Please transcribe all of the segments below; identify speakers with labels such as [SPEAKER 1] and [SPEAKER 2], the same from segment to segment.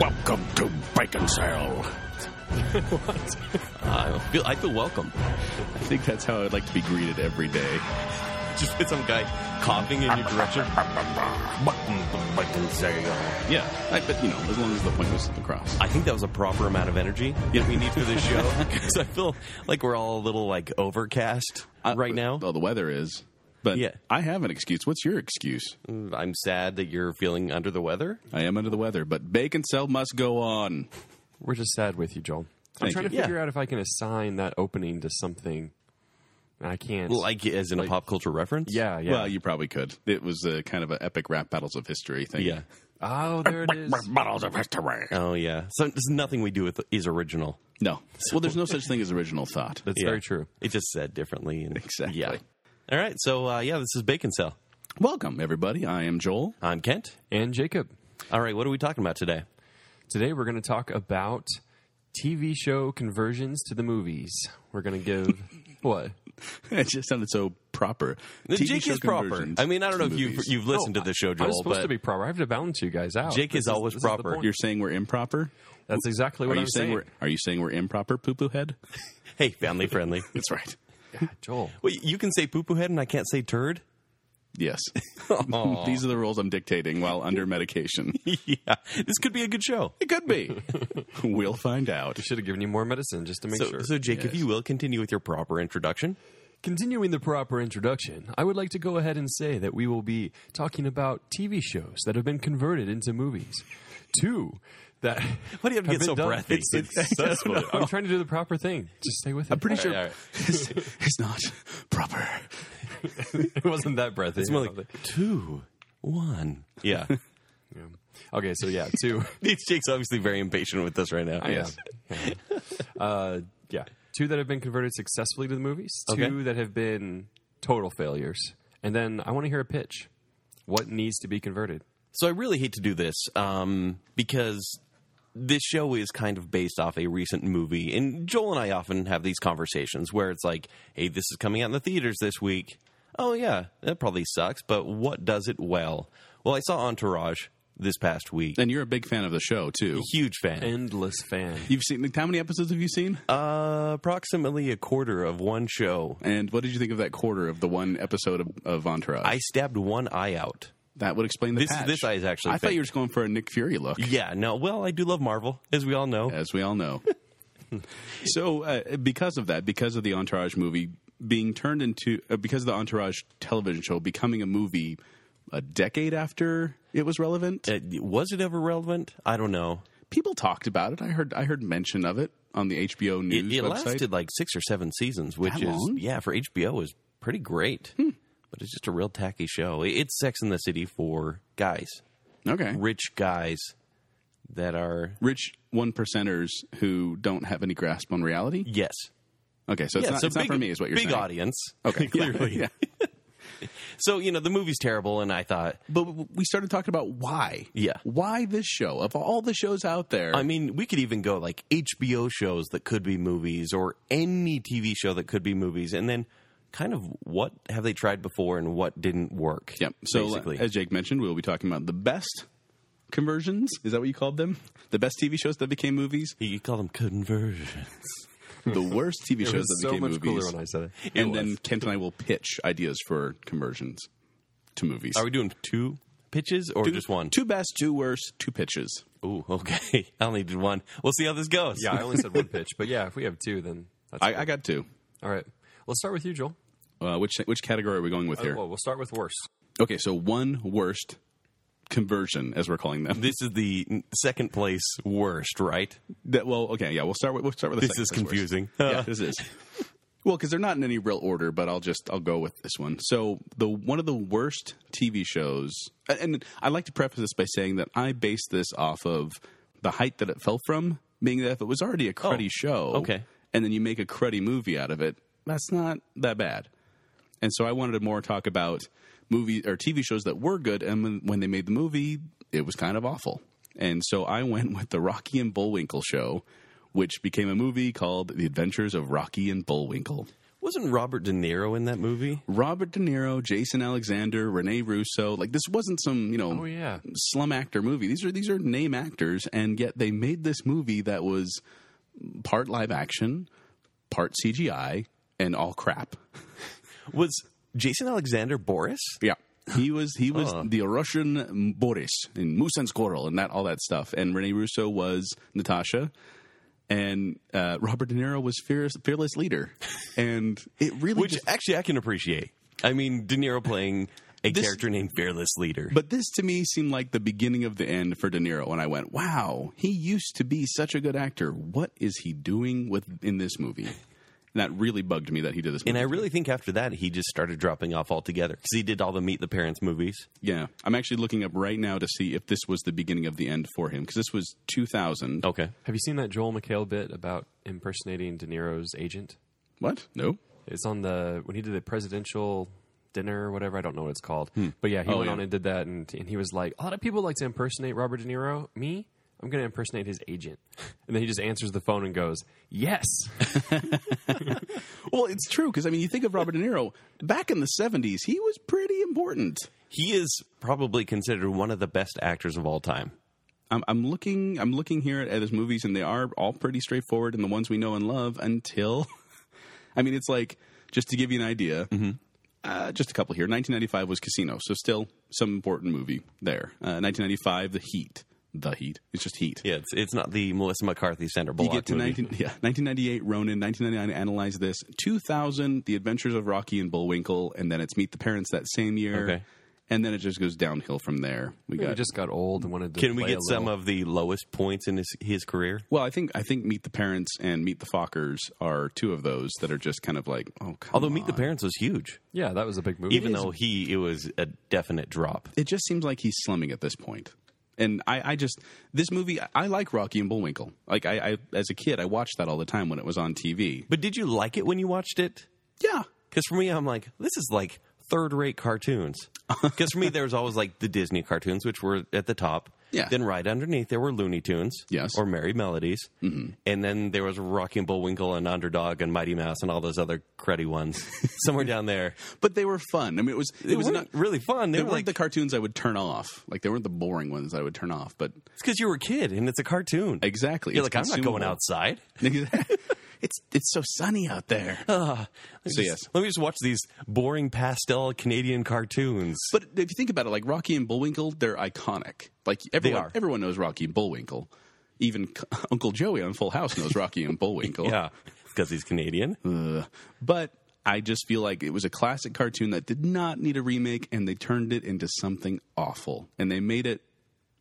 [SPEAKER 1] Welcome to Bacon Sale.
[SPEAKER 2] I feel I feel welcome.
[SPEAKER 3] I think that's how I'd like to be greeted every day.
[SPEAKER 2] Just with some guy coughing in your direction.
[SPEAKER 1] Welcome to Bacon
[SPEAKER 2] uh,
[SPEAKER 1] Sale.
[SPEAKER 3] Yeah, I, but you know, as long as the point was across.
[SPEAKER 2] I think that was a proper amount of energy that we need for this show because I feel like we're all a little like overcast
[SPEAKER 3] I-
[SPEAKER 2] right now.
[SPEAKER 3] Uh, well, the weather is. But
[SPEAKER 2] Yeah.
[SPEAKER 3] I have an excuse. What's your excuse?
[SPEAKER 2] I'm sad that you're feeling under the weather.
[SPEAKER 3] I am under the weather, but bacon cell must go on.
[SPEAKER 4] We're just sad with you, Joel.
[SPEAKER 3] Thank
[SPEAKER 4] I'm trying
[SPEAKER 3] you.
[SPEAKER 4] to
[SPEAKER 2] Yeah.
[SPEAKER 4] figure out if I can assign that opening to something. And I can't.
[SPEAKER 2] Like as in a pop culture reference.
[SPEAKER 4] yeah, yeah.
[SPEAKER 3] Well, you probably could. It was a kind of an epic rap battles of history thing.
[SPEAKER 2] Yeah.
[SPEAKER 4] oh, there it is.
[SPEAKER 1] Models of history.
[SPEAKER 2] Oh yeah. So there's nothing we do with is original.
[SPEAKER 3] No. Well, there's no such thing as original thought.
[SPEAKER 4] That's
[SPEAKER 2] Yeah.
[SPEAKER 4] very true.
[SPEAKER 2] It just said differently. And,
[SPEAKER 3] Exactly.
[SPEAKER 2] Yeah. All right. So uh, yeah, this is Bacon Cell.
[SPEAKER 3] Welcome, everybody. I am Joel.
[SPEAKER 2] I'm Kent.
[SPEAKER 4] And Jacob,
[SPEAKER 2] All right. What are we talking about today?
[SPEAKER 4] today we're going to talk about TV show conversions to the movies. We're going to give what?
[SPEAKER 3] It just sounded so proper.
[SPEAKER 2] The
[SPEAKER 3] TV
[SPEAKER 2] Jake
[SPEAKER 3] show
[SPEAKER 2] is proper.
[SPEAKER 3] conversions
[SPEAKER 2] I mean, I don't
[SPEAKER 3] to
[SPEAKER 2] know if you've
[SPEAKER 3] movies.
[SPEAKER 2] you've listened
[SPEAKER 4] No,
[SPEAKER 2] to the show,
[SPEAKER 4] Oh, I
[SPEAKER 2] Joel,
[SPEAKER 4] was supposed
[SPEAKER 2] but
[SPEAKER 4] to be proper. I have to balance you guys out.
[SPEAKER 2] Jake
[SPEAKER 4] This
[SPEAKER 2] is always
[SPEAKER 4] this the
[SPEAKER 2] proper.
[SPEAKER 4] point.
[SPEAKER 3] You're saying we're improper?
[SPEAKER 4] That's exactly what
[SPEAKER 3] are
[SPEAKER 4] I'm
[SPEAKER 3] you saying,
[SPEAKER 4] saying.
[SPEAKER 3] we're are you saying we're improper, poo poo head?
[SPEAKER 2] hey, family friendly.
[SPEAKER 3] That's right.
[SPEAKER 4] Joel.
[SPEAKER 2] Well, you can say poo poo head, and I can't say turd.
[SPEAKER 3] Yes. These are the rules I'm dictating while under medication.
[SPEAKER 2] yeah, this could be a good show.
[SPEAKER 3] It could be. we'll find out.
[SPEAKER 4] We should have given you more medicine just to make
[SPEAKER 2] So,
[SPEAKER 4] sure.
[SPEAKER 2] so Jake, if
[SPEAKER 3] Yes.
[SPEAKER 2] you will continue with your proper introduction.
[SPEAKER 4] Continuing the proper introduction, I would like to go ahead and say that we will be talking about TV shows that have been converted into movies. Two that
[SPEAKER 2] Why do you have to get
[SPEAKER 4] been
[SPEAKER 2] so
[SPEAKER 4] done
[SPEAKER 2] breathy?
[SPEAKER 4] successfully. I'm trying to do the proper thing. Just stay with it.
[SPEAKER 3] I'm pretty sure
[SPEAKER 2] all right.
[SPEAKER 3] It's, it's not proper.
[SPEAKER 4] it wasn't that breathy.
[SPEAKER 2] It's more like two, one. Yeah,
[SPEAKER 4] Yeah. Okay, so yeah, two.
[SPEAKER 2] It's- Jake's obviously very impatient with us right now.
[SPEAKER 4] Yes. uh, yeah, two that have been converted successfully to the movies. Two
[SPEAKER 2] Okay.
[SPEAKER 4] that have been total failures. And then I want to hear a pitch. What needs to be converted?
[SPEAKER 2] So I really hate to do this um, because this show is kind of based off a recent movie, and Joel and I often have these conversations where it's like, "Hey, this is coming out in the theaters this week." Oh yeah, that probably sucks, but what does it well? Well, I saw Entourage this past week.
[SPEAKER 3] And you're a big fan of the show too.
[SPEAKER 2] Huge fan.
[SPEAKER 4] Endless fan.
[SPEAKER 3] You've seen how many episodes have you seen?
[SPEAKER 2] Uh, approximately a quarter of one show.
[SPEAKER 3] and what did you think of that quarter of the one episode of, of Entourage?
[SPEAKER 2] I stabbed one eye out.
[SPEAKER 3] that would explain the
[SPEAKER 2] This-
[SPEAKER 3] patch.
[SPEAKER 2] this eye is actually
[SPEAKER 3] I thought
[SPEAKER 2] fake.
[SPEAKER 3] you were just going for a Nick Fury look,
[SPEAKER 2] Yeah, no. Well, I do love Marvel, as we all know.
[SPEAKER 3] as we all know. so, uh, because of that, because of the Entourage movie being turned into, uh, because of the Entourage television show becoming a movie a decade after it was relevant,
[SPEAKER 2] Uh, was it ever relevant? I don't know.
[SPEAKER 3] people talked about it. I heard I heard mention of it on the HBO
[SPEAKER 2] It,
[SPEAKER 3] news
[SPEAKER 2] it
[SPEAKER 3] website.
[SPEAKER 2] lasted like six or seven seasons, which
[SPEAKER 3] That
[SPEAKER 2] is
[SPEAKER 3] long? Hmm.
[SPEAKER 2] yeah for HBO is pretty great. But it's just a real tacky show. It- It's Sex in the City for guys,
[SPEAKER 3] okay,
[SPEAKER 2] rich guys that are
[SPEAKER 3] rich one percenters who don't have any grasp on reality.
[SPEAKER 2] yes,
[SPEAKER 3] Okay, so it's,
[SPEAKER 2] yeah.
[SPEAKER 3] not,
[SPEAKER 2] so
[SPEAKER 3] it's
[SPEAKER 2] big,
[SPEAKER 3] not for me, is what you're
[SPEAKER 2] big
[SPEAKER 3] saying.
[SPEAKER 2] audience.
[SPEAKER 3] Okay, yeah,
[SPEAKER 2] clearly.
[SPEAKER 3] yeah.
[SPEAKER 2] So you know the movie's terrible, and I thought
[SPEAKER 3] But w- we started talking about why.
[SPEAKER 2] Yeah.
[SPEAKER 3] Why this show? Of all the shows out there,
[SPEAKER 2] I mean, we could even go like HBO shows that could be movies or any TV show that could be movies, and then kind of what have they tried before and what didn't work.
[SPEAKER 3] Yep. So, uh,
[SPEAKER 2] basically.
[SPEAKER 3] as Jake mentioned, we'll be talking about the best conversions. Is that what you called them? The best TV shows that became movies.
[SPEAKER 2] you call them conversions.
[SPEAKER 3] The worst TV
[SPEAKER 4] It
[SPEAKER 3] shows
[SPEAKER 4] was
[SPEAKER 3] that
[SPEAKER 4] so
[SPEAKER 3] became
[SPEAKER 4] much
[SPEAKER 3] movies.
[SPEAKER 4] cooler when I said it.
[SPEAKER 3] and then Kent and I will pitch ideas for conversions to movies.
[SPEAKER 2] Are we doing two pitches or
[SPEAKER 3] two,
[SPEAKER 2] just one?
[SPEAKER 3] Two best, two worst, two pitches.
[SPEAKER 2] Ooh, okay. I only did one. We'll see how this goes.
[SPEAKER 4] Yeah, I only said one pitch, but yeah, if we have two, then that's
[SPEAKER 3] I,
[SPEAKER 4] good.
[SPEAKER 3] I got two.
[SPEAKER 4] All right, let's start with you, Joel. Uh,
[SPEAKER 3] Uh, which which category are we
[SPEAKER 2] Uh,
[SPEAKER 3] going with here?
[SPEAKER 4] Well, we'll start with worst.
[SPEAKER 3] Okay, so one worst conversion, as we're calling them.
[SPEAKER 2] This is the second place worst, right?
[SPEAKER 3] That- well, okay, yeah, we'll start with we'll start with the
[SPEAKER 2] This
[SPEAKER 3] second
[SPEAKER 2] is
[SPEAKER 3] best worst.
[SPEAKER 2] confusing.
[SPEAKER 3] yeah, this is. Well, because they're not in any real order, but I'll just I'll go with this one. So the one of the worst TV shows, and I like to preface this by saying that I base this off of the height that it fell from, meaning that if it was already a cruddy
[SPEAKER 2] Oh,
[SPEAKER 3] show,
[SPEAKER 2] okay.
[SPEAKER 3] and then you make a cruddy movie out of it, that's not that bad. And so I wanted to more talk about movie or TV shows that were good, and when, when they made the movie, it was kind of awful. And so I went with the Rocky and Bullwinkle show, which became a movie called The Adventures of Rocky and Bullwinkle.
[SPEAKER 2] Wasn't Robert De Niro in that movie?
[SPEAKER 3] Robert De Niro, Jason Alexander, Rene Russo. Like this wasn't some you know
[SPEAKER 4] Oh, yeah.
[SPEAKER 3] slum actor movie. These are these are name actors, and yet they made this movie that was part live action, part CGI, and all crap.
[SPEAKER 2] Was Jason Alexander Boris?
[SPEAKER 3] Yeah. He was he was the Russian Boris in Moose and Squirrel and that all that stuff. And Rene Russo was Natasha, and uh, Robert De Niro was fearless, fearless leader. And it really
[SPEAKER 2] Which
[SPEAKER 3] just-
[SPEAKER 2] actually I can appreciate. I mean, De Niro playing a
[SPEAKER 3] This-
[SPEAKER 2] character named Fearless Leader.
[SPEAKER 3] But this to me seemed like the beginning of the end for De Niro, and I went, "Wow, he used to be such a good actor. What is he doing with in this movie?" And that really bugged me that he did this. Movie.
[SPEAKER 2] and I really think after that he just started dropping off altogether because he did all the Meet the Parents movies.
[SPEAKER 3] yeah, I'm actually looking up right now to see if this was the beginning of the end for him because this was 2000.
[SPEAKER 2] Okay.
[SPEAKER 4] Have you seen that Joel McHale bit about impersonating De Niro's agent?
[SPEAKER 3] What? No.
[SPEAKER 4] It's on the when he did the presidential dinner or whatever. I don't know what it's called,
[SPEAKER 2] Hmm.
[SPEAKER 4] but yeah, he
[SPEAKER 2] Oh,
[SPEAKER 4] went
[SPEAKER 3] yeah.
[SPEAKER 4] on and did that, and and he was like, a lot of people like to impersonate Robert De Niro. Me, I'm going to impersonate his agent, and then he just answers the phone and goes, "Yes."
[SPEAKER 3] Well, it's true because I mean, you think of Robert De Niro back in the 70s, he was pretty important.
[SPEAKER 2] He is probably considered one of the best actors of all time.
[SPEAKER 3] I'm, I'm looking, I'm looking here at, at his movies, and they are all pretty straightforward and the ones we know and love. Until, I mean, it's like just to give you an idea, uh, just a couple here. 1995 was Casino, so still some important movie there. Uh, 1995, The Heat, The Heat. It's just Heat.
[SPEAKER 2] Yeah, it's it's not the Melissa McCarthy Sandra
[SPEAKER 3] You
[SPEAKER 2] Bullock
[SPEAKER 3] get to
[SPEAKER 2] movie.
[SPEAKER 3] 19, yeah, 1998, Ronin. 1999, Analyze This. 2000, The Adventures of Rocky and Bullwinkle. And then it's Meet the Parents that same year.
[SPEAKER 2] Okay.
[SPEAKER 3] And then it just goes downhill from there. We
[SPEAKER 4] He
[SPEAKER 3] got
[SPEAKER 4] just got old and wanted to.
[SPEAKER 2] Can we
[SPEAKER 4] play a
[SPEAKER 2] get some
[SPEAKER 4] little-
[SPEAKER 2] of the lowest points in his his career?
[SPEAKER 3] Well, I think I think Meet the Parents and Meet the Fockers are two of those that are just kind of like oh, come
[SPEAKER 2] Although
[SPEAKER 3] on.
[SPEAKER 2] Meet the Parents was huge,
[SPEAKER 4] Yeah, that was a big movie.
[SPEAKER 2] even though he it was a definite drop.
[SPEAKER 3] it just seems like he's slumming at this point. And I, I just this movie I like Rocky and Bullwinkle. Like I, I as a kid I watched that all the time when it was on TV.
[SPEAKER 2] But did you like it when you watched it?
[SPEAKER 3] Yeah,
[SPEAKER 2] Because for me, I'm like, this is like third rate cartoons. Because for me, there was always like the Disney cartoons, which were at the top.
[SPEAKER 3] Yeah.
[SPEAKER 2] Then right underneath, there were Looney Tunes.
[SPEAKER 3] Yes.
[SPEAKER 2] Or Merry Melodies. Mm-hmm. And then there was Rocky and Bullwinkle and Underdog and Mighty Mouse and all those other cruddy ones somewhere down there.
[SPEAKER 3] but they were fun. I mean, it was it
[SPEAKER 2] It
[SPEAKER 3] was
[SPEAKER 2] was
[SPEAKER 3] not.
[SPEAKER 2] not really fun. They
[SPEAKER 3] They
[SPEAKER 2] were
[SPEAKER 3] weren't
[SPEAKER 2] like,
[SPEAKER 3] the cartoons I would turn off. Like they weren't the boring ones I would turn off. But
[SPEAKER 2] it's because you were a kid and it's a cartoon.
[SPEAKER 3] exactly,
[SPEAKER 2] You're
[SPEAKER 3] it's
[SPEAKER 2] like, I'm not going
[SPEAKER 3] consumable."
[SPEAKER 2] outside.
[SPEAKER 3] it's it's so sunny out there.
[SPEAKER 2] Uh. Let me
[SPEAKER 3] So,
[SPEAKER 2] just-
[SPEAKER 3] yes.
[SPEAKER 2] Let me just watch these boring pastel Canadian cartoons.
[SPEAKER 3] But if you think about it, like Rocky and Bullwinkle, they're iconic. Like everyone,
[SPEAKER 2] are.
[SPEAKER 3] everyone knows Rocky and Bullwinkle. Even C- Uncle Joey on Full House knows Rocky and Bullwinkle.
[SPEAKER 2] yeah. Because he's Canadian.
[SPEAKER 3] Ugh. But I just feel like it was a classic cartoon that did not need a remake, and they turned it into something awful, and they made it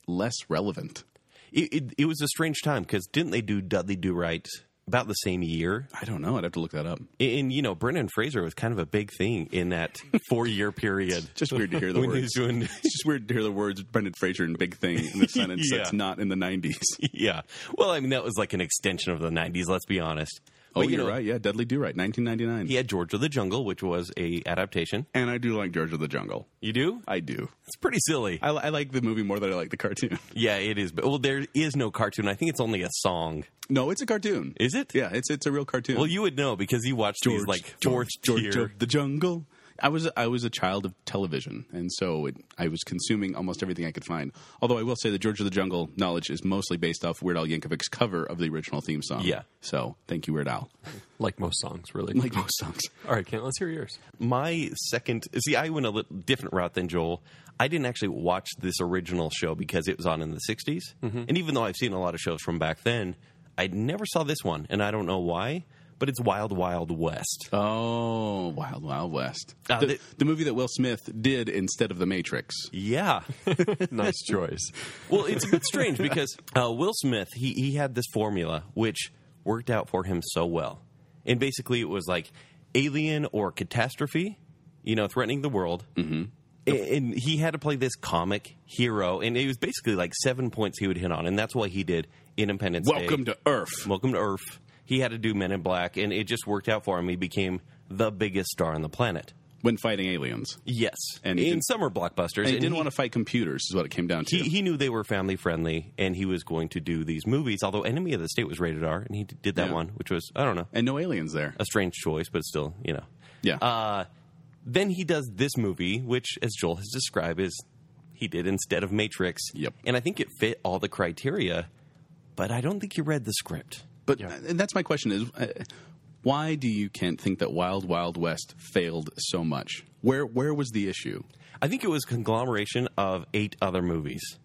[SPEAKER 3] less relevant.
[SPEAKER 2] it, it, it was a strange time because didn't they do Dudley Do Right about the same year?
[SPEAKER 3] I don't know. I'd have to look that up.
[SPEAKER 2] And, and, you know, Brendan Fraser was kind of a big thing in that four year period.
[SPEAKER 3] Just weird to hear the
[SPEAKER 2] When
[SPEAKER 3] words.
[SPEAKER 2] he's doing,
[SPEAKER 3] It's just weird to hear the words Brendan Fraser and Big Thing in the sentence
[SPEAKER 2] Yeah.
[SPEAKER 3] that's not in the Oh, '90s.
[SPEAKER 2] yeah. Well, I mean, that was like an extension of the 90s, let's be honest.
[SPEAKER 3] Oh,
[SPEAKER 2] But, you
[SPEAKER 3] you're
[SPEAKER 2] know,
[SPEAKER 3] right. Yeah, Dudley Do Right, 1999.
[SPEAKER 2] He had George of the Jungle, which was a adaptation.
[SPEAKER 3] And I do like George of the Jungle.
[SPEAKER 2] You do?
[SPEAKER 3] I do.
[SPEAKER 2] It's pretty silly.
[SPEAKER 3] I, I like the movie more than I like the cartoon.
[SPEAKER 2] Yeah, it is. But, well, there is no cartoon. I think it's only a song.
[SPEAKER 3] No, it's a cartoon.
[SPEAKER 2] Is it?
[SPEAKER 3] yeah, it's it's a real cartoon.
[SPEAKER 2] Well, you would know because you watched these like fourth
[SPEAKER 3] George
[SPEAKER 2] tier.
[SPEAKER 3] of the Jungle. I was I was a child of television, and so it, I was consuming almost everything I could find. Although I will say the George of the Jungle knowledge is mostly based off Weird Al Yankovic's cover of the original theme song.
[SPEAKER 2] Yeah.
[SPEAKER 3] So thank you, Weird Al.
[SPEAKER 4] like most songs, really.
[SPEAKER 3] Like most songs.
[SPEAKER 4] All right, Kent, let's hear yours.
[SPEAKER 2] my second see i went a little different route than joel i didn't actually watch this original show because it was on in the 60s
[SPEAKER 3] Mm-hmm.
[SPEAKER 2] and even though i've seen a lot of shows from back then i never saw this one and i don't know why but it's wild wild west
[SPEAKER 3] Oh, Wild Wild West.
[SPEAKER 2] Uh,
[SPEAKER 3] the,
[SPEAKER 2] the-
[SPEAKER 3] the movie that Will Smith did instead of The Matrix.
[SPEAKER 2] yeah
[SPEAKER 4] nice choice.
[SPEAKER 2] well it's a bit strange because uh, will smith he, he had this formula which worked out for him so well and basically it was like alien or catastrophe you know threatening the world
[SPEAKER 3] Mm-hmm.
[SPEAKER 2] A- and he had to play this comic hero, and it was basically like seven points he would hit on, and that's why he did Independence
[SPEAKER 3] Welcome
[SPEAKER 2] Day.
[SPEAKER 3] to Earth.
[SPEAKER 2] Welcome to Earth. He had to do Men in Black, and it just worked out for him. He became the biggest star on the planet.
[SPEAKER 3] when fighting aliens.
[SPEAKER 2] Yes,
[SPEAKER 3] And he
[SPEAKER 2] in
[SPEAKER 3] didn't-
[SPEAKER 2] summer blockbusters,
[SPEAKER 3] And he didn't want to fight computers, is what it came down to.
[SPEAKER 2] he, he knew they were family friendly, and he was going to do these movies. Although Enemy of the State was rated R, and he did that
[SPEAKER 3] Yeah.
[SPEAKER 2] one, which was I don't know
[SPEAKER 3] and no aliens there.
[SPEAKER 2] a strange choice, but still you know.
[SPEAKER 3] Yeah.
[SPEAKER 2] Uh, then he does this movie, which, as Joel has described, is he did instead of Matrix.
[SPEAKER 3] Yep.
[SPEAKER 2] And I think it fit all the criteria, but I don't think he read the script.
[SPEAKER 3] But and that's my question: is uh, why do you Kent think that Wild Wild West failed so much? Where where was the issue?
[SPEAKER 2] I think it was conglomeration of eight other movies.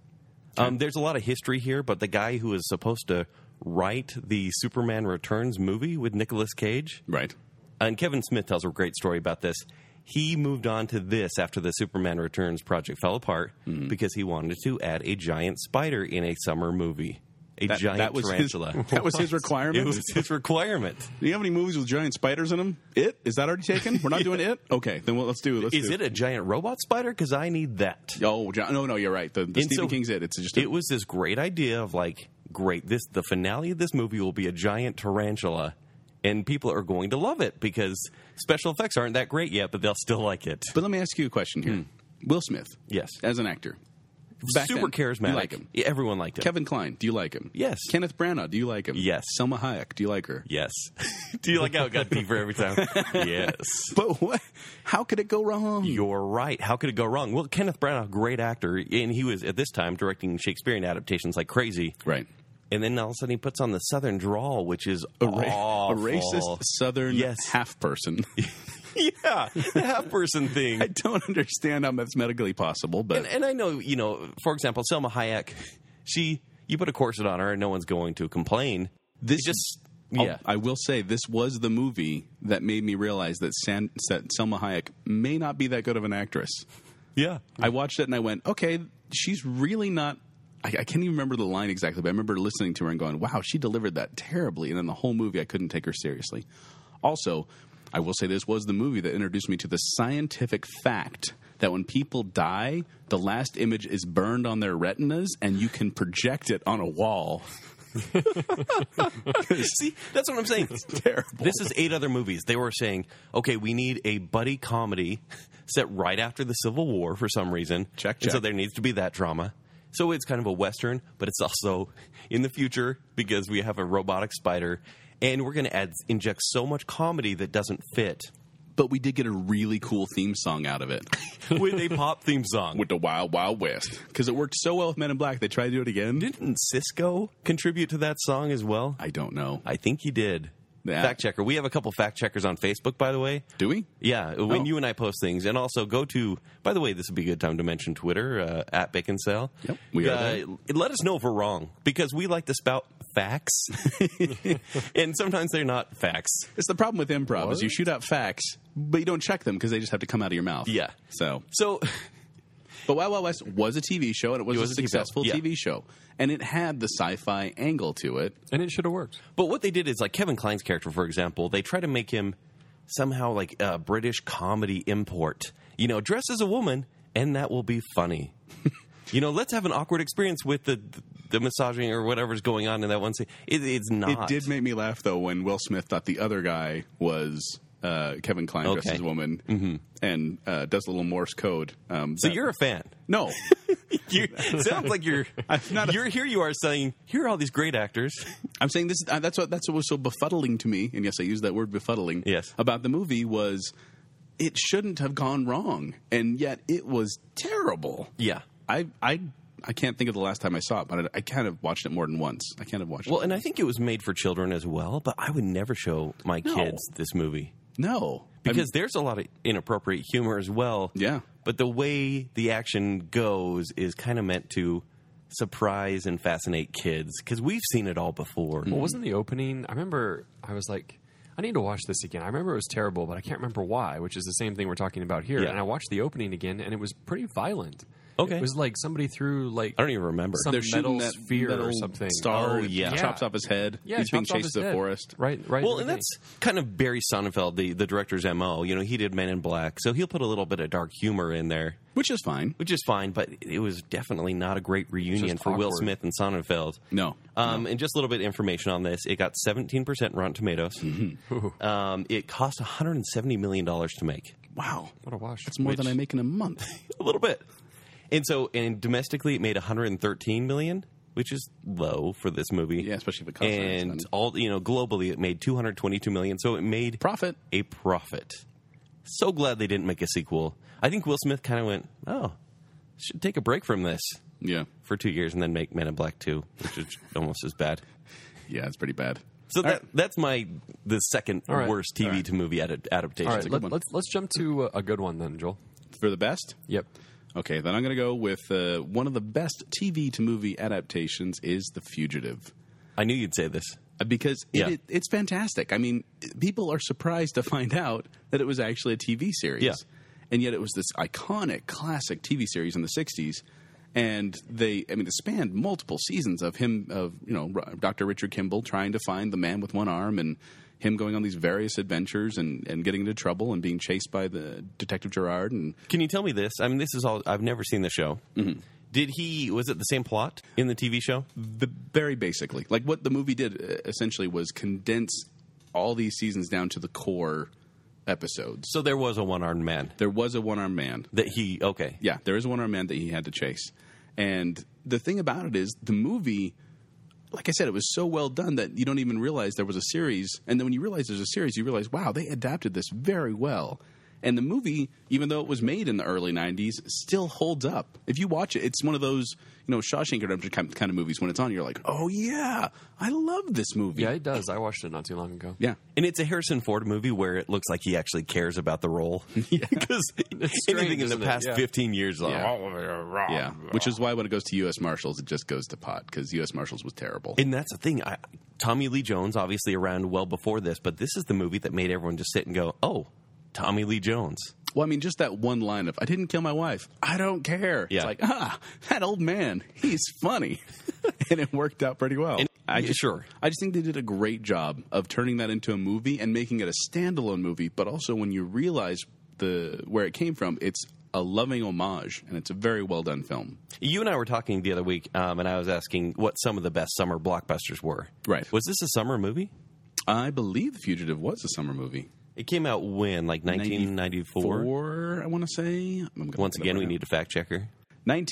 [SPEAKER 2] Um, there's a lot of history here, but the guy who was supposed to write the Superman Returns movie with Nicolas Cage,
[SPEAKER 3] Right.
[SPEAKER 2] and Kevin Smith tells a great story about this. He moved on to this after the Superman Returns project fell apart
[SPEAKER 3] Mm-hmm.
[SPEAKER 2] because he wanted to add a giant spider in a summer movie, a
[SPEAKER 3] That,
[SPEAKER 2] giant
[SPEAKER 3] that was
[SPEAKER 2] tarantula.
[SPEAKER 3] His, that was his requirement.
[SPEAKER 2] it was his requirement.
[SPEAKER 3] do you have any movies with giant spiders in them? It is that already taken? We're not doing it. Okay, then well, let's do. Let's
[SPEAKER 2] Is
[SPEAKER 3] do.
[SPEAKER 2] it a giant robot spider? Because I need that.
[SPEAKER 3] Oh jo- no, no, you're right. The, the
[SPEAKER 2] And
[SPEAKER 3] Stephen
[SPEAKER 2] so-
[SPEAKER 3] King's it. It's just
[SPEAKER 2] it was this great idea of like great this the finale of this movie will be a giant tarantula and people are going to love it because special effects aren't that great yet but they'll still like it
[SPEAKER 3] But let me ask you a question here. Will Smith,
[SPEAKER 2] Hmm. Yes.
[SPEAKER 3] as an actor, back
[SPEAKER 2] super
[SPEAKER 3] then,
[SPEAKER 2] charismatic
[SPEAKER 3] You like him.
[SPEAKER 2] Yeah, everyone liked him
[SPEAKER 3] Kevin Klein, do you like him?
[SPEAKER 2] Yes.
[SPEAKER 3] Kenneth Branagh, do you like him?
[SPEAKER 2] Yes.
[SPEAKER 3] Selma Hayek, do you like her?
[SPEAKER 2] yes do you like how it got deeper every time yes
[SPEAKER 3] But what? How could it go wrong?
[SPEAKER 2] you're right how could it go wrong well kenneth branagh great actor and he was at this time directing shakespearean adaptations like crazy
[SPEAKER 3] right.
[SPEAKER 2] and then all of a sudden he puts on the southern drawl which is
[SPEAKER 3] A, ra- a
[SPEAKER 2] awful.
[SPEAKER 3] racist Southern
[SPEAKER 2] Yes.
[SPEAKER 3] half person.
[SPEAKER 2] yeah the half person thing
[SPEAKER 3] I don't understand how that's medically possible, but
[SPEAKER 2] and, and I know, you know, for example, Selma Hayek, she, you put a corset on her and no one's going to complain.
[SPEAKER 3] this
[SPEAKER 2] It's just, oh,
[SPEAKER 3] I'll-
[SPEAKER 2] yeah.
[SPEAKER 3] I will say this was the movie that made me realize that, San, that Selma Hayek may not be that good of an actress.
[SPEAKER 2] yeah.
[SPEAKER 3] I watched it and I went, okay, she's really not. I, I can't even remember the line exactly, but I remember listening to her and going, wow, she delivered that terribly. And then the whole movie, I couldn't take her seriously. Also, I will say this was the movie that introduced me to the scientific fact that when people die, the last image is burned on their retinas and you can project it on a wall.
[SPEAKER 2] See, that's what I'm saying.
[SPEAKER 3] Terrible.
[SPEAKER 2] This is eight other movies. They were saying, okay, we need a buddy comedy set right after the Civil War for some reason.
[SPEAKER 3] Check,
[SPEAKER 2] And so
[SPEAKER 3] check.
[SPEAKER 2] there needs to be that drama. So it's kind of a Western, but it's also in the future because we have a robotic spider. And we're going to add inject so much comedy that doesn't fit
[SPEAKER 3] But we did get a really cool theme song out of it
[SPEAKER 2] with a pop theme song.
[SPEAKER 3] with the Wild Wild West because it worked so well with Men in Black. They tried to do it again.
[SPEAKER 2] Didn't Cisco contribute to that song as well?
[SPEAKER 3] I don't know.
[SPEAKER 2] I think he did.
[SPEAKER 3] Yeah.
[SPEAKER 2] Fact checker. We have a couple fact checkers on Facebook, by the way.
[SPEAKER 3] Do we?
[SPEAKER 2] Yeah, when
[SPEAKER 3] Oh.
[SPEAKER 2] you and I post things, and also go to. By the way, this would be a good time to mention Twitter uh, at Bacon Sale.
[SPEAKER 3] Yep, we are there.
[SPEAKER 2] Uh, Let us know if we're wrong because we like to spout facts, and sometimes they're not facts.
[SPEAKER 3] It's the problem with improv is you shoot out facts, but you don't check them because they just have to come out of your mouth.
[SPEAKER 2] Yeah.
[SPEAKER 3] So,
[SPEAKER 2] So
[SPEAKER 3] but Wild Wild West was a TV show and it was,
[SPEAKER 2] was
[SPEAKER 3] a
[SPEAKER 2] a TV show,
[SPEAKER 3] successful
[SPEAKER 2] yeah.
[SPEAKER 3] TV, show, and it had the sci-fi angle to it.
[SPEAKER 4] And it should have worked.
[SPEAKER 2] But what they did is like Kevin Klein's character, for example, they try to make him somehow like a British comedy import. You know, dress as a woman, and that will be funny. you know, let's have an awkward experience with the the massaging or whatever's going on in that one scene. It, it's not.
[SPEAKER 3] It did make me laugh though when Will Smith thought the other guy was uh, Kevin Klein dressed
[SPEAKER 2] Okay. Mm-hmm.
[SPEAKER 3] as a woman and uh, does a little Morse code. Um,
[SPEAKER 2] so
[SPEAKER 3] that-
[SPEAKER 2] you're a fan.
[SPEAKER 3] no,
[SPEAKER 2] You, sounds like you're.
[SPEAKER 3] I'm not a-
[SPEAKER 2] you're here. You are saying here are all these great actors.
[SPEAKER 3] I'm saying this. Uh, that's what that's what was so befuddling to me. And yes, I use that word befuddling.
[SPEAKER 2] Yes.
[SPEAKER 3] about the movie was it shouldn't have gone wrong, and yet it was terrible.
[SPEAKER 2] Yeah.
[SPEAKER 3] I I I can't think of the last time I saw it, but I, I kind of watched it more than once. I kind of watched
[SPEAKER 2] Well,
[SPEAKER 3] it.
[SPEAKER 2] and I think it was made for children as well. But I would never show my
[SPEAKER 3] No.
[SPEAKER 2] kids this movie.
[SPEAKER 3] No,
[SPEAKER 2] because there's a lot of inappropriate humor as well.
[SPEAKER 3] Yeah.
[SPEAKER 2] But the way the action goes is kind of meant to surprise and fascinate kids because we've seen it all before.
[SPEAKER 3] Mm.
[SPEAKER 4] Well, wasn't the opening? I remember I was like, I need to watch this again. I remember it was terrible, but I can't remember why, which is the same thing we're talking about here.
[SPEAKER 2] Yeah.
[SPEAKER 4] And I watched the opening again, and it was pretty violent.
[SPEAKER 2] Okay.
[SPEAKER 4] It was like somebody threw, like,
[SPEAKER 2] I don't even remember.
[SPEAKER 4] Some-
[SPEAKER 3] they're shooting
[SPEAKER 4] metal
[SPEAKER 3] that
[SPEAKER 4] sphere or
[SPEAKER 3] metal
[SPEAKER 4] something.
[SPEAKER 2] Oh,
[SPEAKER 3] Star
[SPEAKER 2] yeah.
[SPEAKER 3] chops
[SPEAKER 4] Yeah.
[SPEAKER 3] off his head.
[SPEAKER 4] yeah,
[SPEAKER 3] he's being
[SPEAKER 4] chopped off
[SPEAKER 3] chased
[SPEAKER 4] his
[SPEAKER 3] to the
[SPEAKER 4] head.
[SPEAKER 3] forest.
[SPEAKER 4] Right, right.
[SPEAKER 2] well,
[SPEAKER 4] in
[SPEAKER 2] and
[SPEAKER 4] the
[SPEAKER 2] that's kind of Barry Sonnenfeld, the, the director's MO. You know, he did Men in Black, so he'll put a little bit of dark humor in there,
[SPEAKER 3] which is fine.
[SPEAKER 2] which is fine, but it was definitely not a great reunion
[SPEAKER 4] Just
[SPEAKER 2] for Will
[SPEAKER 4] awkward. Mm-hmm.
[SPEAKER 2] Smith and Sonnenfeld.
[SPEAKER 3] No,
[SPEAKER 2] Um, And just a little bit of information on this. It
[SPEAKER 4] Mm-hmm.
[SPEAKER 2] got 17% Rotten Tomatoes. um, it cost $170 million to make.
[SPEAKER 3] Wow.
[SPEAKER 4] What a wash.
[SPEAKER 3] That's more than I make in a month.
[SPEAKER 2] a little bit. And so, and domestically, it made 113 million, which is low for this movie.
[SPEAKER 3] yeah, especially if it costs
[SPEAKER 2] And all you know, globally, it made 222 million. So it made
[SPEAKER 3] profit.
[SPEAKER 2] a profit. So glad they didn't make a sequel. I think Will Smith kind of went, "Oh, should take a break from this
[SPEAKER 3] Yeah.
[SPEAKER 2] for two years and then make Men in Black Two, which is almost as bad."
[SPEAKER 3] Yeah, it's pretty bad.
[SPEAKER 2] So that, that's my the second
[SPEAKER 4] All right.
[SPEAKER 2] worst TV to movie ad- adaptation.
[SPEAKER 4] All right,
[SPEAKER 3] good
[SPEAKER 4] let,
[SPEAKER 3] one.
[SPEAKER 4] us let's jump to uh, a good one then, Joel.
[SPEAKER 3] For the best?
[SPEAKER 4] Yep.
[SPEAKER 3] Okay, then I'm going to go with uh, one of the best TV to movie adaptations is The Fugitive.
[SPEAKER 2] I knew you'd say this.
[SPEAKER 3] because it,
[SPEAKER 2] Yeah.
[SPEAKER 3] it, it's fantastic. I mean, people are surprised to find out that it was actually a TV series.
[SPEAKER 2] Yeah.
[SPEAKER 3] And yet it was this iconic classic TV series in the 60s and they I mean it spanned multiple seasons of him of you know R- Dr. Richard Kimball trying to find the man with one arm and him going on these various adventures and, and getting into trouble and being chased by the Detective Gerard and
[SPEAKER 2] Can you tell me this? I mean, this is all. I've never seen the show.
[SPEAKER 4] Mm-hmm.
[SPEAKER 2] Did he? Was it the same plot in the TV show?
[SPEAKER 3] the very basically like what the movie did uh, essentially was condense all these seasons down to the core episodes
[SPEAKER 2] So there was a one-armed man
[SPEAKER 3] there was a one armed man.
[SPEAKER 2] that he. Okay,
[SPEAKER 3] Yeah, there is a one armed man that he had to chase. And the thing about it is, the movie, like I said, it was so well done that you don't even realize there was a series. And then when you realize there's a series, you realize, wow, they adapted this very well. And the movie, even though it was made in the early '90s, still holds up. If you watch it, it's one of those you know Shawshank Redemption kind kind of movies. When it's on, you're like, oh yeah, I love this movie.
[SPEAKER 4] Yeah, it does. I watched it not too long ago.
[SPEAKER 3] yeah.
[SPEAKER 2] and it's a Harrison Ford movie where it looks like he actually cares about the role because anything in the
[SPEAKER 4] isn't it?
[SPEAKER 2] past
[SPEAKER 4] Yeah.
[SPEAKER 2] fifteen years, like,
[SPEAKER 3] Yeah.
[SPEAKER 2] oh,
[SPEAKER 3] Yeah. Which is why when it goes to U.S. Marshals, it just goes to pot because U.S. Marshals was terrible.
[SPEAKER 2] and that's the thing. I, Tommy Lee Jones, obviously around well before this, but this is the movie that made everyone just sit and go, "Oh, Tommy Lee Jones."
[SPEAKER 3] Well, I mean, just that one line of "I didn't kill my wife. I don't care."
[SPEAKER 2] Yeah.
[SPEAKER 3] It's like, ah, that old man, he's funny, and it worked out pretty well. I
[SPEAKER 2] yeah,
[SPEAKER 3] just,
[SPEAKER 2] sure.
[SPEAKER 3] I just think they did a great job of turning that into a movie and making it a standalone movie. But also, when you realize the where it came from, it's a loving homage, and it's a very well done film.
[SPEAKER 2] You and I were talking the other week, um, and I was asking what some of the best summer blockbusters were.
[SPEAKER 3] Right.
[SPEAKER 2] Was this a summer movie?
[SPEAKER 3] I believe The Fugitive was a summer movie.
[SPEAKER 2] It came out when, like 1994.
[SPEAKER 3] Four, I want to say. I'm gonna
[SPEAKER 2] Once
[SPEAKER 3] look it up
[SPEAKER 2] again, we
[SPEAKER 3] right now.
[SPEAKER 2] need a fact checker.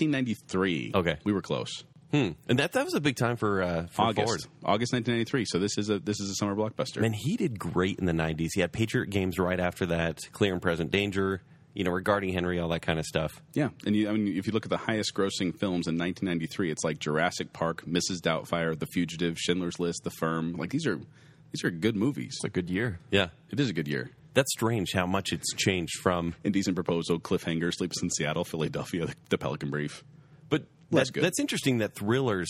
[SPEAKER 3] 1993.
[SPEAKER 2] Okay.
[SPEAKER 3] we were close.
[SPEAKER 2] Hmm. And that that was a big time for, uh, for
[SPEAKER 3] August,
[SPEAKER 2] Ford.
[SPEAKER 3] August 1993. So this is a this is a summer blockbuster.
[SPEAKER 2] And he did great in the 90s. He had Patriot Games right after that, Clear and Present Danger, you know, regarding Henry, all that kind of stuff.
[SPEAKER 3] Yeah, and you, I mean, if you look at the highest-grossing films in 1993, it's like Jurassic Park, Mrs. Doubtfire, The Fugitive, Schindler's List, The Firm. Like these are these are good movies.
[SPEAKER 4] It's a good year.
[SPEAKER 2] Yeah.
[SPEAKER 3] It is a good year.
[SPEAKER 2] That's strange how much it's changed from.
[SPEAKER 3] Indecent Proposal, Cliffhanger, Sleeps in Seattle, Philadelphia, The Pelican Brief.
[SPEAKER 2] But
[SPEAKER 3] Well, that's
[SPEAKER 2] that-
[SPEAKER 3] good.
[SPEAKER 2] that's interesting that thrillers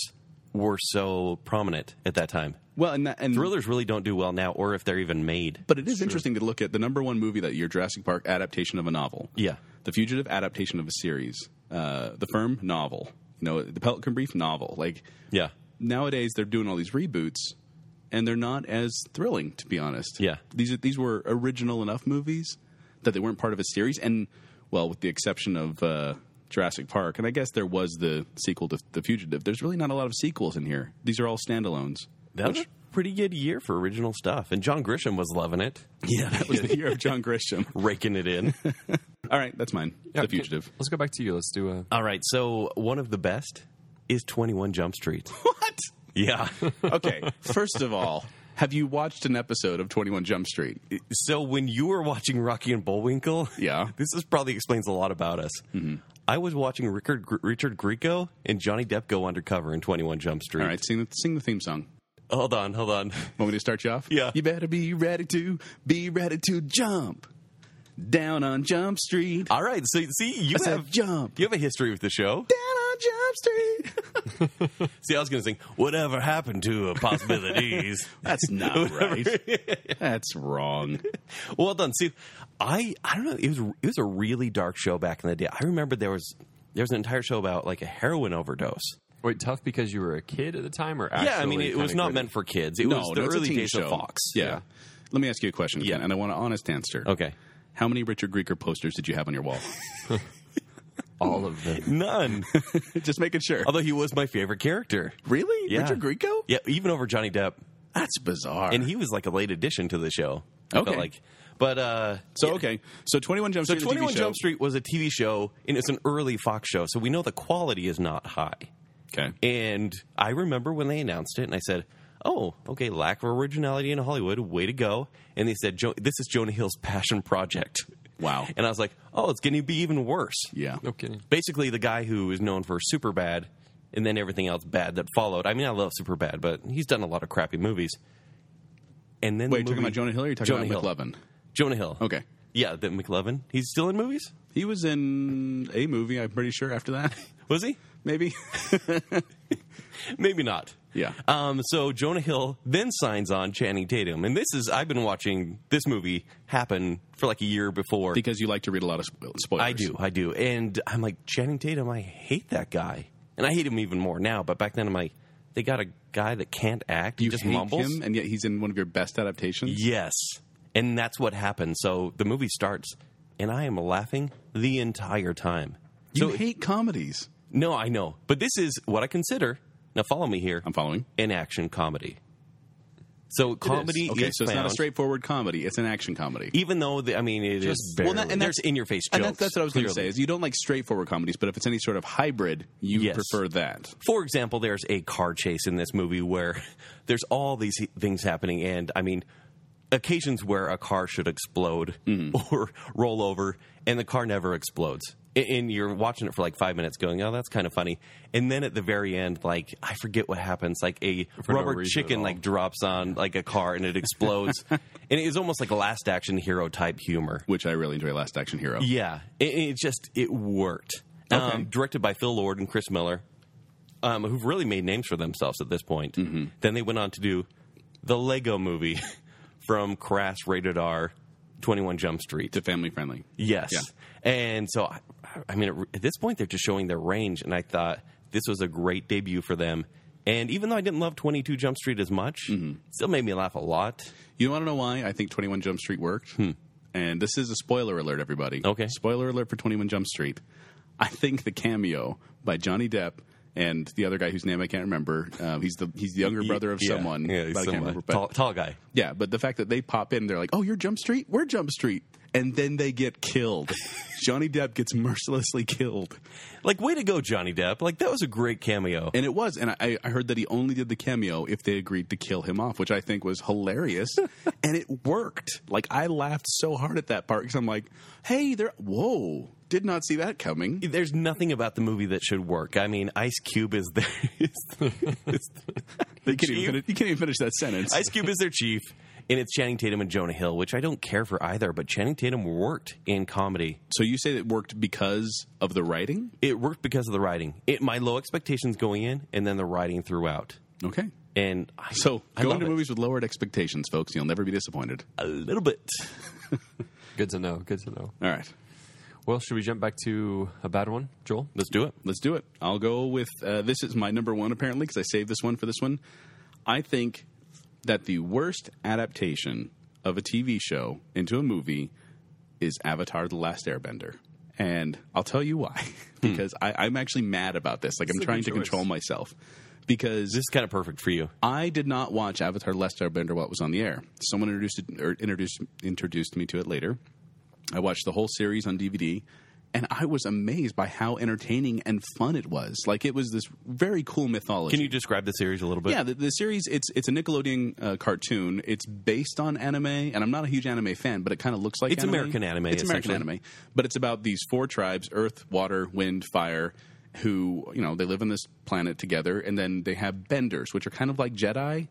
[SPEAKER 2] were so prominent at that time.
[SPEAKER 3] Well, and that, and
[SPEAKER 2] Thrillers really don't do well now, or if they're even made.
[SPEAKER 3] but it is interesting to look at the number one movie that year: Jurassic Park adaptation of a novel.
[SPEAKER 2] Yeah.
[SPEAKER 3] The Fugitive adaptation of a series. Uh, the Firm novel. You know, The Pelican Brief novel. Like
[SPEAKER 2] Yeah.
[SPEAKER 3] nowadays they're doing all these reboots and they're not as thrilling to be honest
[SPEAKER 2] Yeah.
[SPEAKER 3] these are, these were original enough movies that they weren't part of a series and well with the exception of uh, Jurassic Park and I guess there was the sequel to The Fugitive there's really not a lot of sequels in here these are all standalones
[SPEAKER 2] That was a pretty good year for original stuff. And John Grisham was loving it,
[SPEAKER 3] yeah that was the year of John Grisham
[SPEAKER 2] raking it in.
[SPEAKER 3] all right that's mine The
[SPEAKER 4] Yeah, okay.
[SPEAKER 3] Fugitive
[SPEAKER 4] Let's go back to you. Let's do a.
[SPEAKER 2] all right. So, one of the best is 21 Jump Street. What? Yeah.
[SPEAKER 3] okay first of all have you watched an episode of 21 Jump Street
[SPEAKER 2] So when you were watching Rocky and Bullwinkle,
[SPEAKER 3] Yeah. Mm-hmm.
[SPEAKER 2] this is probably explains a lot about us. I was watching Richard Gr- Richard Grieco and Johnny Depp go undercover in Twenty One Jump Street.
[SPEAKER 3] all right sing the, sing the theme song
[SPEAKER 2] Hold on, hold on.
[SPEAKER 3] Want me to start you off?
[SPEAKER 2] Yeah.
[SPEAKER 3] You better be ready to be ready to jump down on Jump Street.
[SPEAKER 2] All right, so see Oh, you
[SPEAKER 3] I said
[SPEAKER 2] have
[SPEAKER 3] jump.
[SPEAKER 2] You have a history with the show.
[SPEAKER 3] Down on Jump Street.
[SPEAKER 2] See, I was going to sing whatever happened to uh, possibilities.
[SPEAKER 3] That's not right. That's wrong.
[SPEAKER 2] well done. See, I I don't know. It was it was a really dark show back in the day. I remember there was there was an entire show about like a heroin overdose.
[SPEAKER 4] Wait, tough because you were a kid at the time, or actually
[SPEAKER 2] yeah, I mean it
[SPEAKER 4] kinda
[SPEAKER 2] was not
[SPEAKER 4] good?
[SPEAKER 2] meant for kids. It was the
[SPEAKER 3] it's a
[SPEAKER 2] early
[SPEAKER 3] teen
[SPEAKER 2] days
[SPEAKER 3] show.
[SPEAKER 2] of Fox.
[SPEAKER 3] Yeah. Let me ask you a question again,
[SPEAKER 2] Yeah.
[SPEAKER 3] and I want an honest answer.
[SPEAKER 2] Okay.
[SPEAKER 3] How many Richard Grieker posters did you have on your wall?
[SPEAKER 4] all of them.
[SPEAKER 2] None.
[SPEAKER 3] Just making sure.
[SPEAKER 2] Although he was my favorite character.
[SPEAKER 3] really?
[SPEAKER 2] Yeah.
[SPEAKER 3] Richard Grieco?
[SPEAKER 2] Yeah, even over Johnny Depp.
[SPEAKER 3] That's bizarre.
[SPEAKER 2] And he was like a late addition to the show. I felt
[SPEAKER 3] Okay.
[SPEAKER 2] like, but uh,
[SPEAKER 3] So okay, so Twenty One Jump
[SPEAKER 2] so
[SPEAKER 3] Street,
[SPEAKER 2] Twenty One
[SPEAKER 3] is a TV show.
[SPEAKER 2] Jump Street was a TV show, and it's an early Fox show, so we know the quality is not high.
[SPEAKER 3] Okay,
[SPEAKER 2] And I remember when they announced it, and I said, "Oh, okay, lack of originality in Hollywood, way to go." And they said, jo- "This is Jonah Hill's passion project."
[SPEAKER 3] Wow.
[SPEAKER 2] And Oh. I was like, "Oh, it's going to be even worse."
[SPEAKER 3] yeah,
[SPEAKER 4] No kidding.
[SPEAKER 2] Basically, the guy who is known for Superbad and then everything else bad that followed. I mean, I love Superbad, but he's done a lot of crappy movies. And then
[SPEAKER 3] Wait,
[SPEAKER 2] the
[SPEAKER 3] you talking
[SPEAKER 2] movie-
[SPEAKER 3] about Jonah Hill or you talking
[SPEAKER 2] Jonah
[SPEAKER 3] about
[SPEAKER 2] Hill.
[SPEAKER 3] McLovin?
[SPEAKER 2] Jonah Hill.
[SPEAKER 3] Okay.
[SPEAKER 2] Yeah, that McLovin. He's still in movies,
[SPEAKER 3] He was in a movie, I'm pretty sure, after that,
[SPEAKER 2] was he?
[SPEAKER 3] maybe.
[SPEAKER 2] Maybe not.
[SPEAKER 3] Yeah.
[SPEAKER 2] Um, so Jonah Hill then signs on Channing Tatum, and this is I've been watching this movie happen for like a year before.
[SPEAKER 3] because you like to read a lot of spo- spoilers.
[SPEAKER 2] I do, I do, and I'm like Channing Tatum. I hate that guy, and I hate him even more now. But back then, I'm like, they got a guy that can't act. He
[SPEAKER 3] You
[SPEAKER 2] just
[SPEAKER 3] hate
[SPEAKER 2] mumbles.
[SPEAKER 3] him, and yet he's in one of your best adaptations.
[SPEAKER 2] Yes, and that's what happens. So the movie starts, and I am laughing the entire time.
[SPEAKER 3] You
[SPEAKER 2] so
[SPEAKER 3] hate comedies.
[SPEAKER 2] no, I know, but this is what I consider. Now follow me here.
[SPEAKER 3] I'm following.
[SPEAKER 2] an action comedy. So comedy
[SPEAKER 3] Okay,
[SPEAKER 2] is
[SPEAKER 3] so it's not a
[SPEAKER 2] found-
[SPEAKER 3] straightforward comedy. It's an action comedy.
[SPEAKER 2] Even though the, I mean, it is
[SPEAKER 3] Well,
[SPEAKER 2] barely-
[SPEAKER 3] that- and
[SPEAKER 2] there's
[SPEAKER 3] that's-
[SPEAKER 2] in your face jokes.
[SPEAKER 3] And that's, that's what I was going to say.
[SPEAKER 2] clearly.
[SPEAKER 3] Is you don't like straightforward comedies, but if it's any sort of hybrid, you
[SPEAKER 2] Yes.
[SPEAKER 3] prefer that.
[SPEAKER 2] For example, there's a car chase in this movie where there's all these he- things happening, and I mean, occasions where a car should explode
[SPEAKER 4] Mm-hmm.
[SPEAKER 2] or roll over, and the car never explodes. A- And you're watching it for like five minutes, going, "Oh, that's kind of funny," and then at the very end, like I forget what happens, like a
[SPEAKER 4] no
[SPEAKER 2] rubber
[SPEAKER 4] reason at
[SPEAKER 2] chicken
[SPEAKER 4] all.
[SPEAKER 2] like drops on like a car and it explodes, and it is almost like a last action hero type humor.
[SPEAKER 3] Which I really enjoy. Last Action Hero.
[SPEAKER 2] Yeah, it, it just it worked. Um, directed by Phil Lord and Chris Miller, um, who've really made names for themselves at this point.
[SPEAKER 3] Mm-hmm.
[SPEAKER 2] Then they went on to do the Lego Movie from Crass Rated R, Twenty One Jump Street.
[SPEAKER 3] To family friendly.
[SPEAKER 2] Yes,
[SPEAKER 3] Yeah.
[SPEAKER 2] and so I, I mean, at this point, they're just showing their range, and I thought this was a great debut for them. And even though I didn't love Twenty Two Jump Street as much,
[SPEAKER 3] Mm-hmm.
[SPEAKER 2] it still made me laugh a lot.
[SPEAKER 3] You want to know why I think 21 Jump Street worked? And this is a spoiler alert, everybody.
[SPEAKER 2] Hmm. Okay.
[SPEAKER 3] Spoiler alert for 21 Jump Street. I think the cameo by Johnny Depp and the other guy whose name I can't remember. Um, he's the he's the younger brother of
[SPEAKER 2] Yeah.
[SPEAKER 3] someone.
[SPEAKER 2] yeah,
[SPEAKER 3] but I can't
[SPEAKER 2] someone.
[SPEAKER 3] remember, but-
[SPEAKER 2] tall, tall guy.
[SPEAKER 3] yeah, but the fact that they pop in, they're like, "Oh, you're Jump Street. We're Jump Street," and then they get killed. Johnny Depp gets mercilessly killed,
[SPEAKER 2] Like, way to go, Johnny Depp! Like, that was a great cameo.
[SPEAKER 3] and it was. And I, I heard that he only did the cameo if they agreed to kill him off, which I think was hilarious, and it worked. Like I laughed so hard at that part because I'm like, "Hey, there! Whoa, did not see that coming."
[SPEAKER 2] there's nothing about the movie that should work. I mean, Ice Cube is their is, is-
[SPEAKER 3] They can't even
[SPEAKER 2] Chief.
[SPEAKER 3] finish, you can't even finish that sentence.
[SPEAKER 2] Ice Cube is their chief, and it's Channing Tatum and Jonah Hill, which I don't care for either. But Channing Tatum worked in comedy.
[SPEAKER 3] so you say that worked because of the writing?
[SPEAKER 2] It worked because of the writing. It my low expectations going in, and then the writing throughout.
[SPEAKER 3] Okay.
[SPEAKER 2] And I,
[SPEAKER 3] So
[SPEAKER 2] I
[SPEAKER 3] go
[SPEAKER 2] love
[SPEAKER 3] into
[SPEAKER 2] it.
[SPEAKER 3] movies with lowered expectations, folks. You'll never be disappointed.
[SPEAKER 2] a little bit.
[SPEAKER 4] Good to know. Good to know.
[SPEAKER 3] All right.
[SPEAKER 4] Well, should we jump back to a bad one, Joel?
[SPEAKER 2] Let's do it.
[SPEAKER 3] Let's do it. I'll go with uh, this is my number one apparently because I saved this one for this one. I think that the worst adaptation of a TV show into a movie is Avatar: The Last Airbender, and I'll tell you why because I, I'm actually mad about this. Like I'm trying to
[SPEAKER 4] choice.
[SPEAKER 3] control myself because
[SPEAKER 2] This is kind of perfect for you.
[SPEAKER 3] I did not watch Avatar: The Last Airbender while it was on the air. Someone introduced it, or introduced introduced me to it later. I watched the whole series on DVD, and I was amazed by how entertaining and fun it was. Like it was this very cool mythology.
[SPEAKER 2] Can you describe the series a little bit?
[SPEAKER 3] yeah, the, the series it's it's a Nickelodeon uh, cartoon. It's based on anime, and I'm not a huge anime fan, but it kind of looks like
[SPEAKER 2] It's
[SPEAKER 3] anime.
[SPEAKER 2] American anime,
[SPEAKER 3] It's American
[SPEAKER 2] essentially.
[SPEAKER 3] anime, but it's about these four tribes: Earth, Water, Wind, Fire. Who you know they live on this planet together, and then they have benders, which are kind of like Jedi,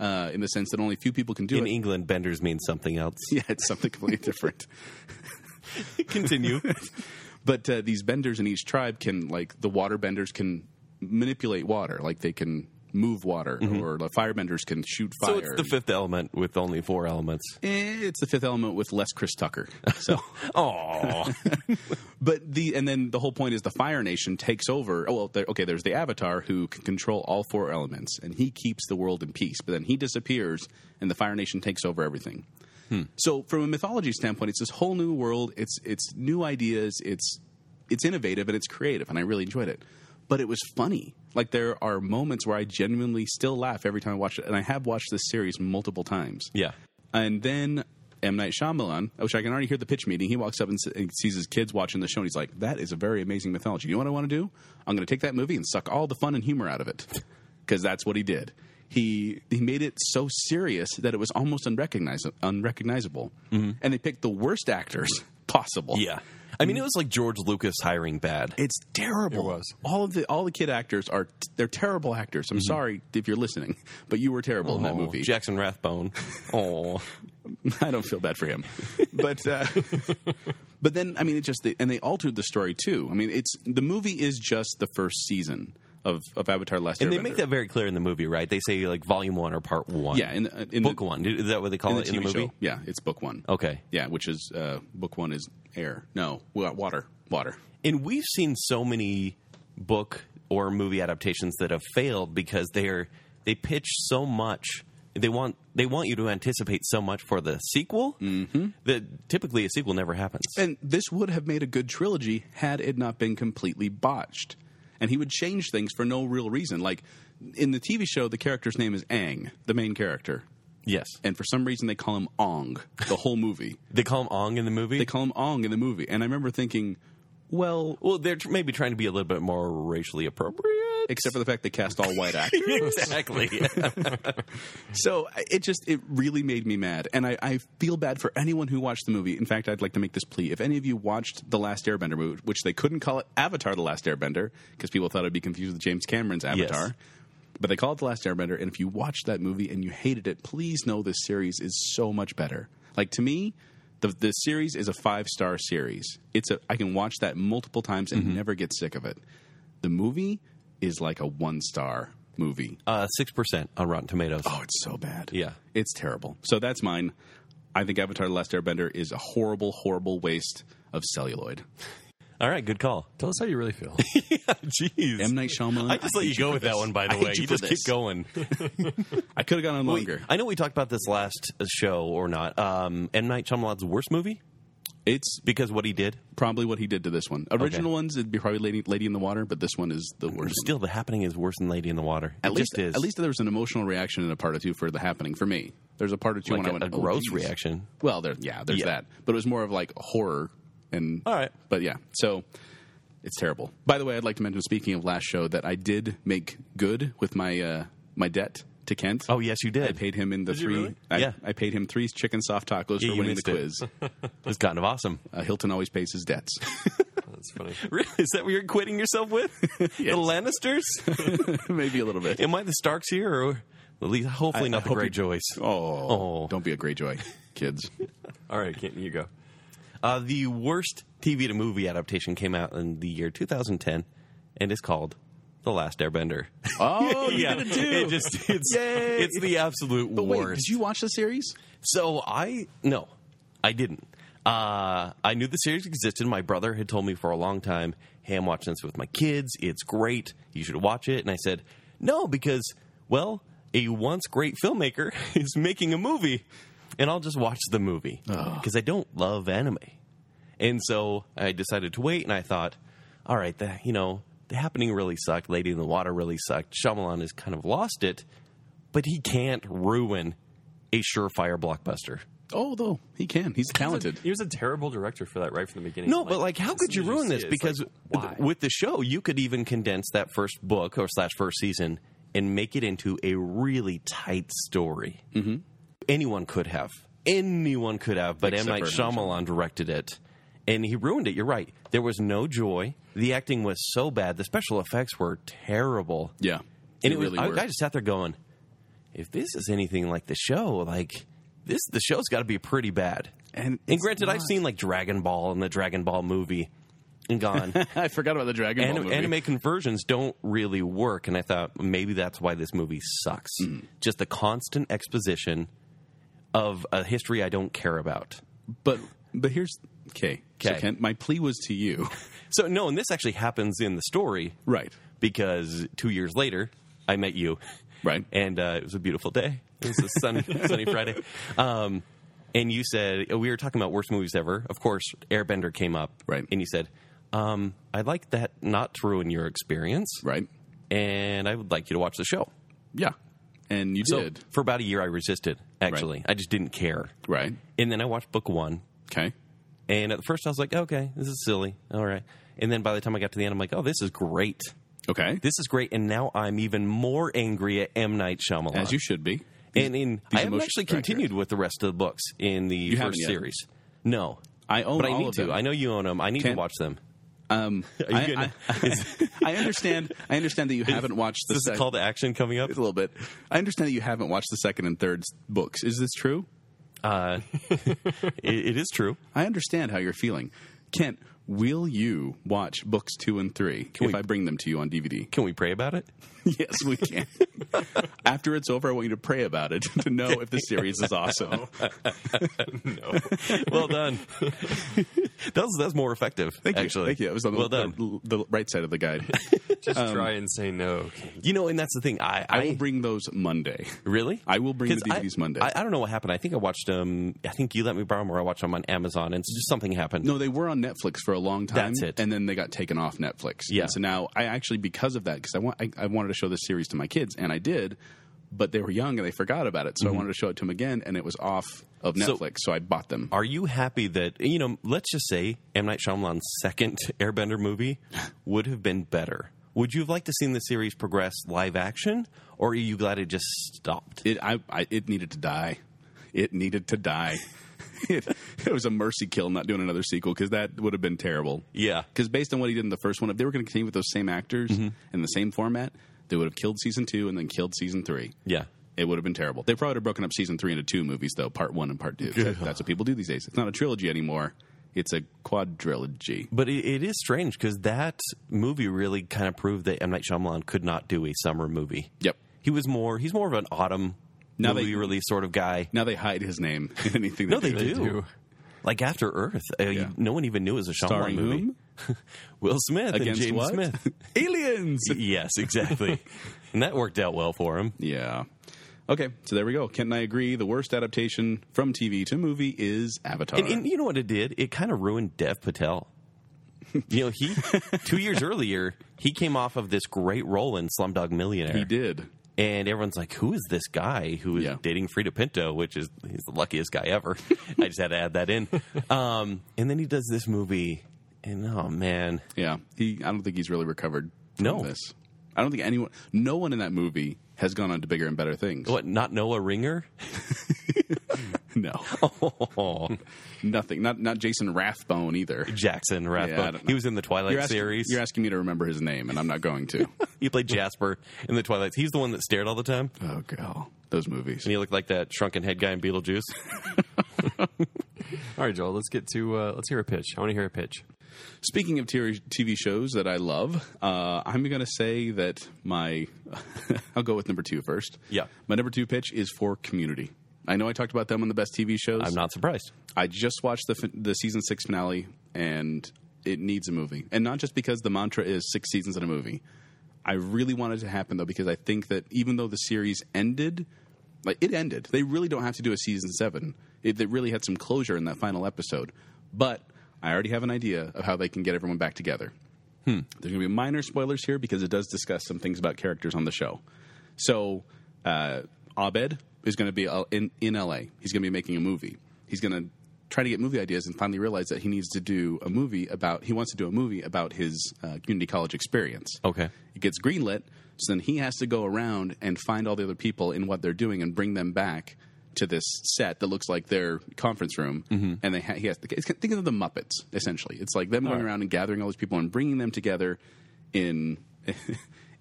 [SPEAKER 3] uh, in the sense that only few people can do
[SPEAKER 2] In E-
[SPEAKER 3] it.
[SPEAKER 2] England, benders mean something else.
[SPEAKER 3] yeah, it's something completely different.
[SPEAKER 2] Continue.
[SPEAKER 3] but uh, these benders in each tribe can like the water benders can manipulate water like they can move water or the firebenders can shoot fire
[SPEAKER 2] Mm-hmm. so it's the fifth element with only four elements.
[SPEAKER 3] Eh, it's the fifth element with less chris tucker so
[SPEAKER 2] Oh,
[SPEAKER 3] but the and then the whole point is the fire nation takes over oh well there, okay there's the avatar who can control all four elements and he keeps the world in peace but then he disappears and the fire nation takes over everything so from a mythology standpoint it's this whole new world it's it's new ideas it's it's innovative and it's creative and i really enjoyed it but it was funny like there are moments where i genuinely still laugh every time i watch it and i have watched this series multiple times
[SPEAKER 2] yeah.
[SPEAKER 3] and then M. Night Shyamalan, which I can already hear the pitch meeting, he walks up and s- and sees his kids watching the show, and he's like, "That is a very amazing mythology. You know what I want to do? I'm going to take that movie and suck all the fun and humor out of it, because that's what he did. He he made it so serious that it was almost unrecogniz- unrecognizable,
[SPEAKER 4] Mm-hmm.
[SPEAKER 3] and they picked the worst actors possible.
[SPEAKER 2] Yeah. I mean, it was like George Lucas hiring bad.
[SPEAKER 3] It's terrible.
[SPEAKER 4] It was. Mm-hmm.
[SPEAKER 3] All of the all the kid actors are they're terrible actors. I'm sorry if you're listening, but you were terrible in that
[SPEAKER 4] Oh,
[SPEAKER 2] Aw,
[SPEAKER 3] movie.
[SPEAKER 2] Jackson Rathbone. Oh,
[SPEAKER 3] I don't feel bad for him, but uh, but then I mean it just and they altered the story too. I mean it's the movie is just the first season of of Avatar: Last
[SPEAKER 2] and they
[SPEAKER 3] Airbender.
[SPEAKER 2] make that very clear in the movie, right? They say like Volume One or Part One.
[SPEAKER 3] yeah in in
[SPEAKER 2] Book
[SPEAKER 3] the,
[SPEAKER 2] One. Is that what they call
[SPEAKER 3] in the
[SPEAKER 2] it in
[SPEAKER 3] Oh. TV
[SPEAKER 2] the movie?
[SPEAKER 3] show. Yeah, it's book one.
[SPEAKER 2] Okay.
[SPEAKER 3] Yeah, which is uh, book one is air. No, wa- water, water.
[SPEAKER 2] And we've seen so many book or movie adaptations that have failed because they're they pitch so much. They want they want you to anticipate so much for the sequel that typically a sequel never happens.
[SPEAKER 3] Mm-hmm. And this would have made a good trilogy had it not been completely botched. And he would change things for no real reason. Like in the TV show, the character's name is Aang, the main character.
[SPEAKER 2] yes,
[SPEAKER 3] And for some reason, they call him Ong the whole movie.
[SPEAKER 2] they call him Ong in the movie.
[SPEAKER 3] they call him Ong in the movie. And I remember thinking, well,
[SPEAKER 2] well, they're tr- maybe trying to be a little bit more racially appropriate.
[SPEAKER 3] except for the fact they cast all white actors.
[SPEAKER 2] exactly.
[SPEAKER 3] So I- it just it really made me mad, and I, I feel bad for anyone who watched the movie. In fact, I'd like to make this plea: if any of you watched the Last Airbender movie, which they couldn't call it Avatar: The Last Airbender because people thought it'd be confused with James Cameron's Avatar,
[SPEAKER 2] Yes.
[SPEAKER 3] but they call it The Last Airbender. And if you watched that movie and you hated it, please know this series is so much better. Like to me. The, the series is a five star series. It's a I can watch that multiple times and never get sick of it. The movie is like a one star movie.
[SPEAKER 2] Uh, Six percent on Rotten Tomatoes.
[SPEAKER 3] Oh, it's so bad.
[SPEAKER 2] Yeah.
[SPEAKER 3] It's terrible. So that's mine. I think Avatar The Last Airbender is a horrible, horrible waste of celluloid.
[SPEAKER 2] All right, good call.
[SPEAKER 4] Tell us how you really feel.
[SPEAKER 2] Jeez.
[SPEAKER 3] M. Night Shyamalan.
[SPEAKER 2] I just let you go with that one, by the
[SPEAKER 3] I hate
[SPEAKER 2] way.
[SPEAKER 3] you
[SPEAKER 2] You,
[SPEAKER 3] for
[SPEAKER 2] just
[SPEAKER 3] this.
[SPEAKER 2] keep going.
[SPEAKER 3] I could have gone on longer.
[SPEAKER 2] I know we talked about this last show or not. Um, M. Night Shyamalan's worst movie
[SPEAKER 3] It's
[SPEAKER 2] because what he did.
[SPEAKER 3] probably what he did to this one. Original ones, it'd be probably Lady, Lady in the Water, but this one is the worst. one.
[SPEAKER 2] Still, the happening is worse than Lady in the Water.
[SPEAKER 3] at
[SPEAKER 2] it
[SPEAKER 3] least,
[SPEAKER 2] just is.
[SPEAKER 3] at least there was an emotional reaction in a part of two for the happening for me. There's a part of two
[SPEAKER 2] like
[SPEAKER 3] when I
[SPEAKER 2] a,
[SPEAKER 3] went
[SPEAKER 2] a
[SPEAKER 3] "Oh,
[SPEAKER 2] gross
[SPEAKER 3] geez."
[SPEAKER 2] reaction.
[SPEAKER 3] Well, there, yeah, there's
[SPEAKER 2] Yeah.
[SPEAKER 3] that, but it was more of like horror and
[SPEAKER 2] All right.
[SPEAKER 3] But yeah, so it's terrible. By the way, I'd like to mention, speaking of last show, that I did make good with my uh, my debt to Kent.
[SPEAKER 2] Oh yes, you
[SPEAKER 3] I
[SPEAKER 2] did.
[SPEAKER 3] paid him in the
[SPEAKER 4] Did you
[SPEAKER 3] three.
[SPEAKER 4] really?
[SPEAKER 3] I,
[SPEAKER 2] Yeah.
[SPEAKER 3] I paid him three chicken soft tacos
[SPEAKER 2] Yeah,
[SPEAKER 3] for
[SPEAKER 2] you
[SPEAKER 3] winning the
[SPEAKER 2] missed it.
[SPEAKER 3] quiz.
[SPEAKER 2] It's kind of awesome.
[SPEAKER 3] Uh, Hilton always pays his debts.
[SPEAKER 4] That's funny.
[SPEAKER 2] Really? Is that what you're quitting yourself with? The Lannisters?
[SPEAKER 3] Maybe a little bit.
[SPEAKER 2] Am I the Starks here, or at least hopefully
[SPEAKER 3] I- I
[SPEAKER 2] not the
[SPEAKER 3] hope
[SPEAKER 2] Great
[SPEAKER 3] you-
[SPEAKER 2] Joys?
[SPEAKER 3] Oh,
[SPEAKER 2] Oh.
[SPEAKER 3] don't be a great joy, kids.
[SPEAKER 4] All right, Kenton, you go.
[SPEAKER 2] Uh, the worst TV to movie adaptation came out in the year 2010, and is called The Last Airbender.
[SPEAKER 3] Oh, you did it too.
[SPEAKER 2] it just it's
[SPEAKER 3] Yay.
[SPEAKER 2] it's the absolute
[SPEAKER 3] But wait,
[SPEAKER 2] worst.
[SPEAKER 3] did you watch the series?
[SPEAKER 2] So I no, I didn't. Uh, I knew the series existed. My brother had told me for a long time, "Hey, I'm watching this with my kids. It's great. You should watch it." And I said, "No, because well, a once great filmmaker is making a movie, and I'll just watch the movie because I don't love anime." And so I decided to wait, and I thought, "All right, the, you know, the happening really sucked. Lady in the Water really sucked. Shyamalan has kind of lost it, but he can't ruin." A surefire blockbuster.
[SPEAKER 3] Oh, though he can. He's talented.
[SPEAKER 4] He was a terrible director for that right from the beginning.
[SPEAKER 2] No, but like, how could you ruin this?
[SPEAKER 4] it's
[SPEAKER 2] Because
[SPEAKER 4] like, why?
[SPEAKER 2] th- with the show, you could even condense that first book or slash first season and make it into a really tight story. Mm-hmm. Anyone could have, anyone could have, but
[SPEAKER 3] Except
[SPEAKER 2] M Night
[SPEAKER 3] for Hemsworth.
[SPEAKER 2] Shyamalan directed it, and he ruined it. You're right. There was no joy. The acting was so bad. The special effects were terrible.
[SPEAKER 3] yeah,
[SPEAKER 2] And
[SPEAKER 3] He
[SPEAKER 2] it was, I,
[SPEAKER 3] worked.
[SPEAKER 2] I just sat there going, if this is anything like the show, like this, the show's got to be pretty bad.
[SPEAKER 3] And
[SPEAKER 2] and
[SPEAKER 3] it's
[SPEAKER 2] granted, I've
[SPEAKER 3] not.
[SPEAKER 2] seen like Dragon Ball and the Dragon Ball movie and gone.
[SPEAKER 3] I forgot about the Dragon Ball
[SPEAKER 2] Anim-
[SPEAKER 3] movie.
[SPEAKER 2] anime conversions don't really work, and I thought maybe that's why this movie sucks.
[SPEAKER 3] Mm-hmm.
[SPEAKER 2] Just the constant exposition of a history I don't care about.
[SPEAKER 3] But but here's okay. So
[SPEAKER 2] 'Kay.
[SPEAKER 3] Kent, my plea was to you,
[SPEAKER 2] So no, and this actually happens in the story
[SPEAKER 3] right?
[SPEAKER 2] because two years later I met you.
[SPEAKER 3] Right.
[SPEAKER 2] and uh, it was a beautiful day. It was a sunny, sunny Friday. Um, and you said we were talking about worst movies ever. Of course, Airbender came up,
[SPEAKER 3] Right.
[SPEAKER 2] And you said, um, "I'd like that not to ruin your experience,
[SPEAKER 3] right.
[SPEAKER 2] and I would like you to watch the show."
[SPEAKER 3] Yeah. And you
[SPEAKER 2] So
[SPEAKER 3] did.
[SPEAKER 2] for about a year, I resisted. actually. I just didn't care.
[SPEAKER 3] Right.
[SPEAKER 2] And then I watched book one,
[SPEAKER 3] Okay.
[SPEAKER 2] and at first I was like, okay, this is silly. All right. And then by the time I got to the end, I'm like, oh, this is great.
[SPEAKER 3] Okay.
[SPEAKER 2] This is great. And now I'm even more angry at M. Night Shyamalan.
[SPEAKER 3] As you should be.
[SPEAKER 2] and in,
[SPEAKER 3] these
[SPEAKER 2] I haven't actually
[SPEAKER 3] emotions are accurate.
[SPEAKER 2] continued with the rest of the books in the
[SPEAKER 3] haven't
[SPEAKER 2] first
[SPEAKER 3] yet.
[SPEAKER 2] series. No.
[SPEAKER 3] I own
[SPEAKER 2] but I
[SPEAKER 3] all
[SPEAKER 2] need
[SPEAKER 3] of
[SPEAKER 2] to.
[SPEAKER 3] them.
[SPEAKER 2] I know you own them. I need to
[SPEAKER 3] Can't-
[SPEAKER 2] watch them.
[SPEAKER 3] Um,
[SPEAKER 2] you
[SPEAKER 3] I,
[SPEAKER 2] gonna-
[SPEAKER 3] I- I understand. I understand that you haven't watched the
[SPEAKER 2] Is this a
[SPEAKER 3] sec-
[SPEAKER 2] call to action coming up?
[SPEAKER 3] a little bit. I understand that you haven't watched the second and third books. Is this true?
[SPEAKER 2] Uh, it- it is true.
[SPEAKER 3] I understand how you're feeling, Kent. Will you watch books two and three if
[SPEAKER 2] we-
[SPEAKER 3] I bring them to you on DVD?
[SPEAKER 2] Can we pray about it?
[SPEAKER 3] yes, we can. After it's over, I want you to pray about it to know if the series is awesome.
[SPEAKER 2] Well done. that was that's more effective.
[SPEAKER 3] Thank you.
[SPEAKER 2] actually.
[SPEAKER 3] Thank you. It was on the,
[SPEAKER 2] well done.
[SPEAKER 3] the, the right side of the guide.
[SPEAKER 4] Just
[SPEAKER 2] um,
[SPEAKER 4] try and say no.
[SPEAKER 2] You know, and that's the thing. I, I,
[SPEAKER 3] I will bring those Monday.
[SPEAKER 2] really.
[SPEAKER 3] I will bring the
[SPEAKER 2] 'Cause I-
[SPEAKER 3] DVDs Monday.
[SPEAKER 2] I, I don't know what happened. I think I watched them. I think you let me borrow them, or I watched them on Amazon, and just something happened.
[SPEAKER 3] No, they were on Netflix for a long time.
[SPEAKER 2] That's it.
[SPEAKER 3] And then they got taken off Netflix.
[SPEAKER 2] Yeah.
[SPEAKER 3] And so now I actually, because of that, because I, want, I, I wanted to show this series to my kids, and I did, but they were young and they forgot about it. So I wanted to show it to them again, and it was off of
[SPEAKER 2] So-
[SPEAKER 3] Netflix. Mm-hmm. So, I bought them.
[SPEAKER 2] Are you happy that you know? Let's just say M Night Shyamalan's second Airbender movie would have been better. Would you have liked to seen the series progress live action, or are you glad it just stopped?
[SPEAKER 3] It, I, I, it needed to die. It needed to die. it, it was a mercy kill not doing another sequel because that would have been terrible.
[SPEAKER 2] yeah,
[SPEAKER 3] Because based on what he did in the first one, if they were going to continue with those same actors
[SPEAKER 2] Mm-hmm.
[SPEAKER 3] and the same format, they would have killed season two and then killed season three.
[SPEAKER 2] yeah.
[SPEAKER 3] It would have been terrible. They probably would have broken up season three into two movies, though, part one and part two. That- That's what people do these days. It's not a trilogy anymore. It's a quadrilogy.
[SPEAKER 2] But it, it is strange because that movie really kind of proved that M Night Shyamalan could not do a summer movie.
[SPEAKER 3] Yep.
[SPEAKER 2] He was more. He's more of an autumn
[SPEAKER 3] Now
[SPEAKER 2] movie
[SPEAKER 3] they-
[SPEAKER 2] release sort of guy.
[SPEAKER 3] Now they hide his name in anything.
[SPEAKER 2] No, they do.
[SPEAKER 4] do.
[SPEAKER 2] Like After Earth, uh, you-
[SPEAKER 3] Yeah.
[SPEAKER 2] no one even knew it was a Shyamalan
[SPEAKER 3] Starring
[SPEAKER 2] movie.
[SPEAKER 3] whom?
[SPEAKER 2] Will Smith
[SPEAKER 3] Against
[SPEAKER 2] and Jaden
[SPEAKER 3] what?
[SPEAKER 2] Smith.
[SPEAKER 3] Aliens.
[SPEAKER 2] yes, exactly. and that worked out well for him.
[SPEAKER 3] yeah. Okay, so there we go. Kent and I agree. The worst adaptation from TV to movie is Avatar.
[SPEAKER 2] And, and you know what it did? It kind of ruined Dev Patel. You know, he two years earlier he came off of this great role in Slumdog Millionaire,
[SPEAKER 3] he did.
[SPEAKER 2] and everyone's like, "Who is this guy who is
[SPEAKER 3] Yeah.
[SPEAKER 2] dating Frida Pinto?" Which is he's the luckiest guy ever. I just had to add that in. Um, and then he does this movie, and oh man,
[SPEAKER 3] Yeah, he. I don't think he's really recovered from
[SPEAKER 2] No.
[SPEAKER 3] this. I don't think anyone, no one in that movie has gone on to bigger and better things.
[SPEAKER 2] what? Not Noah Ringer?
[SPEAKER 3] No,
[SPEAKER 2] Oh,
[SPEAKER 3] nothing. Not not Jason Rathbone either.
[SPEAKER 2] Jackson
[SPEAKER 3] Yeah, I
[SPEAKER 2] Rathbone.
[SPEAKER 3] don't know.
[SPEAKER 2] he was in the Twilight
[SPEAKER 3] you're asking,
[SPEAKER 2] series.
[SPEAKER 3] You're asking me to remember his name, and I'm not going to.
[SPEAKER 2] He played Jasper in the Twilight. He's the one that stared all the time,
[SPEAKER 3] oh, God. Those movies.
[SPEAKER 2] and he looked like that shrunken head guy in Beetlejuice.
[SPEAKER 4] All right, Joel. Let's get to. Uh, let's hear a pitch. I want to hear a pitch.
[SPEAKER 3] Speaking of TV TV shows that I love, uh, I'm going to say that my. I'll go with number two first.
[SPEAKER 2] Yeah.
[SPEAKER 3] My number two pitch is for Community. I know I talked about them on the best TV shows.
[SPEAKER 2] I'm not surprised.
[SPEAKER 3] I just watched the fin- the season six finale, and it needs a movie, and not just because the mantra is six seasons in a movie. I really want it to happen though, because I think that even though the series ended, like it ended, they really don't have to do a season seven. It, they really had some closure in that final episode, but I already have an idea of how they can get everyone back together. There's going to be minor spoilers here because it does discuss some things about characters on the show. So, uh, Abed is going to be uh, in, in LA. He's going to be making a movie. He's going to try to get movie ideas and finally realize that he needs to do a movie about, he wants to do a movie about his uh, community college experience.
[SPEAKER 2] Okay.
[SPEAKER 3] It gets greenlit, so then he has to go around and find all the other people in what they're doing and bring them back to this set that looks like their conference room. And they ha- he has to it's, think of the Muppets essentially. It's like them going around and gathering all these people and bringing them together in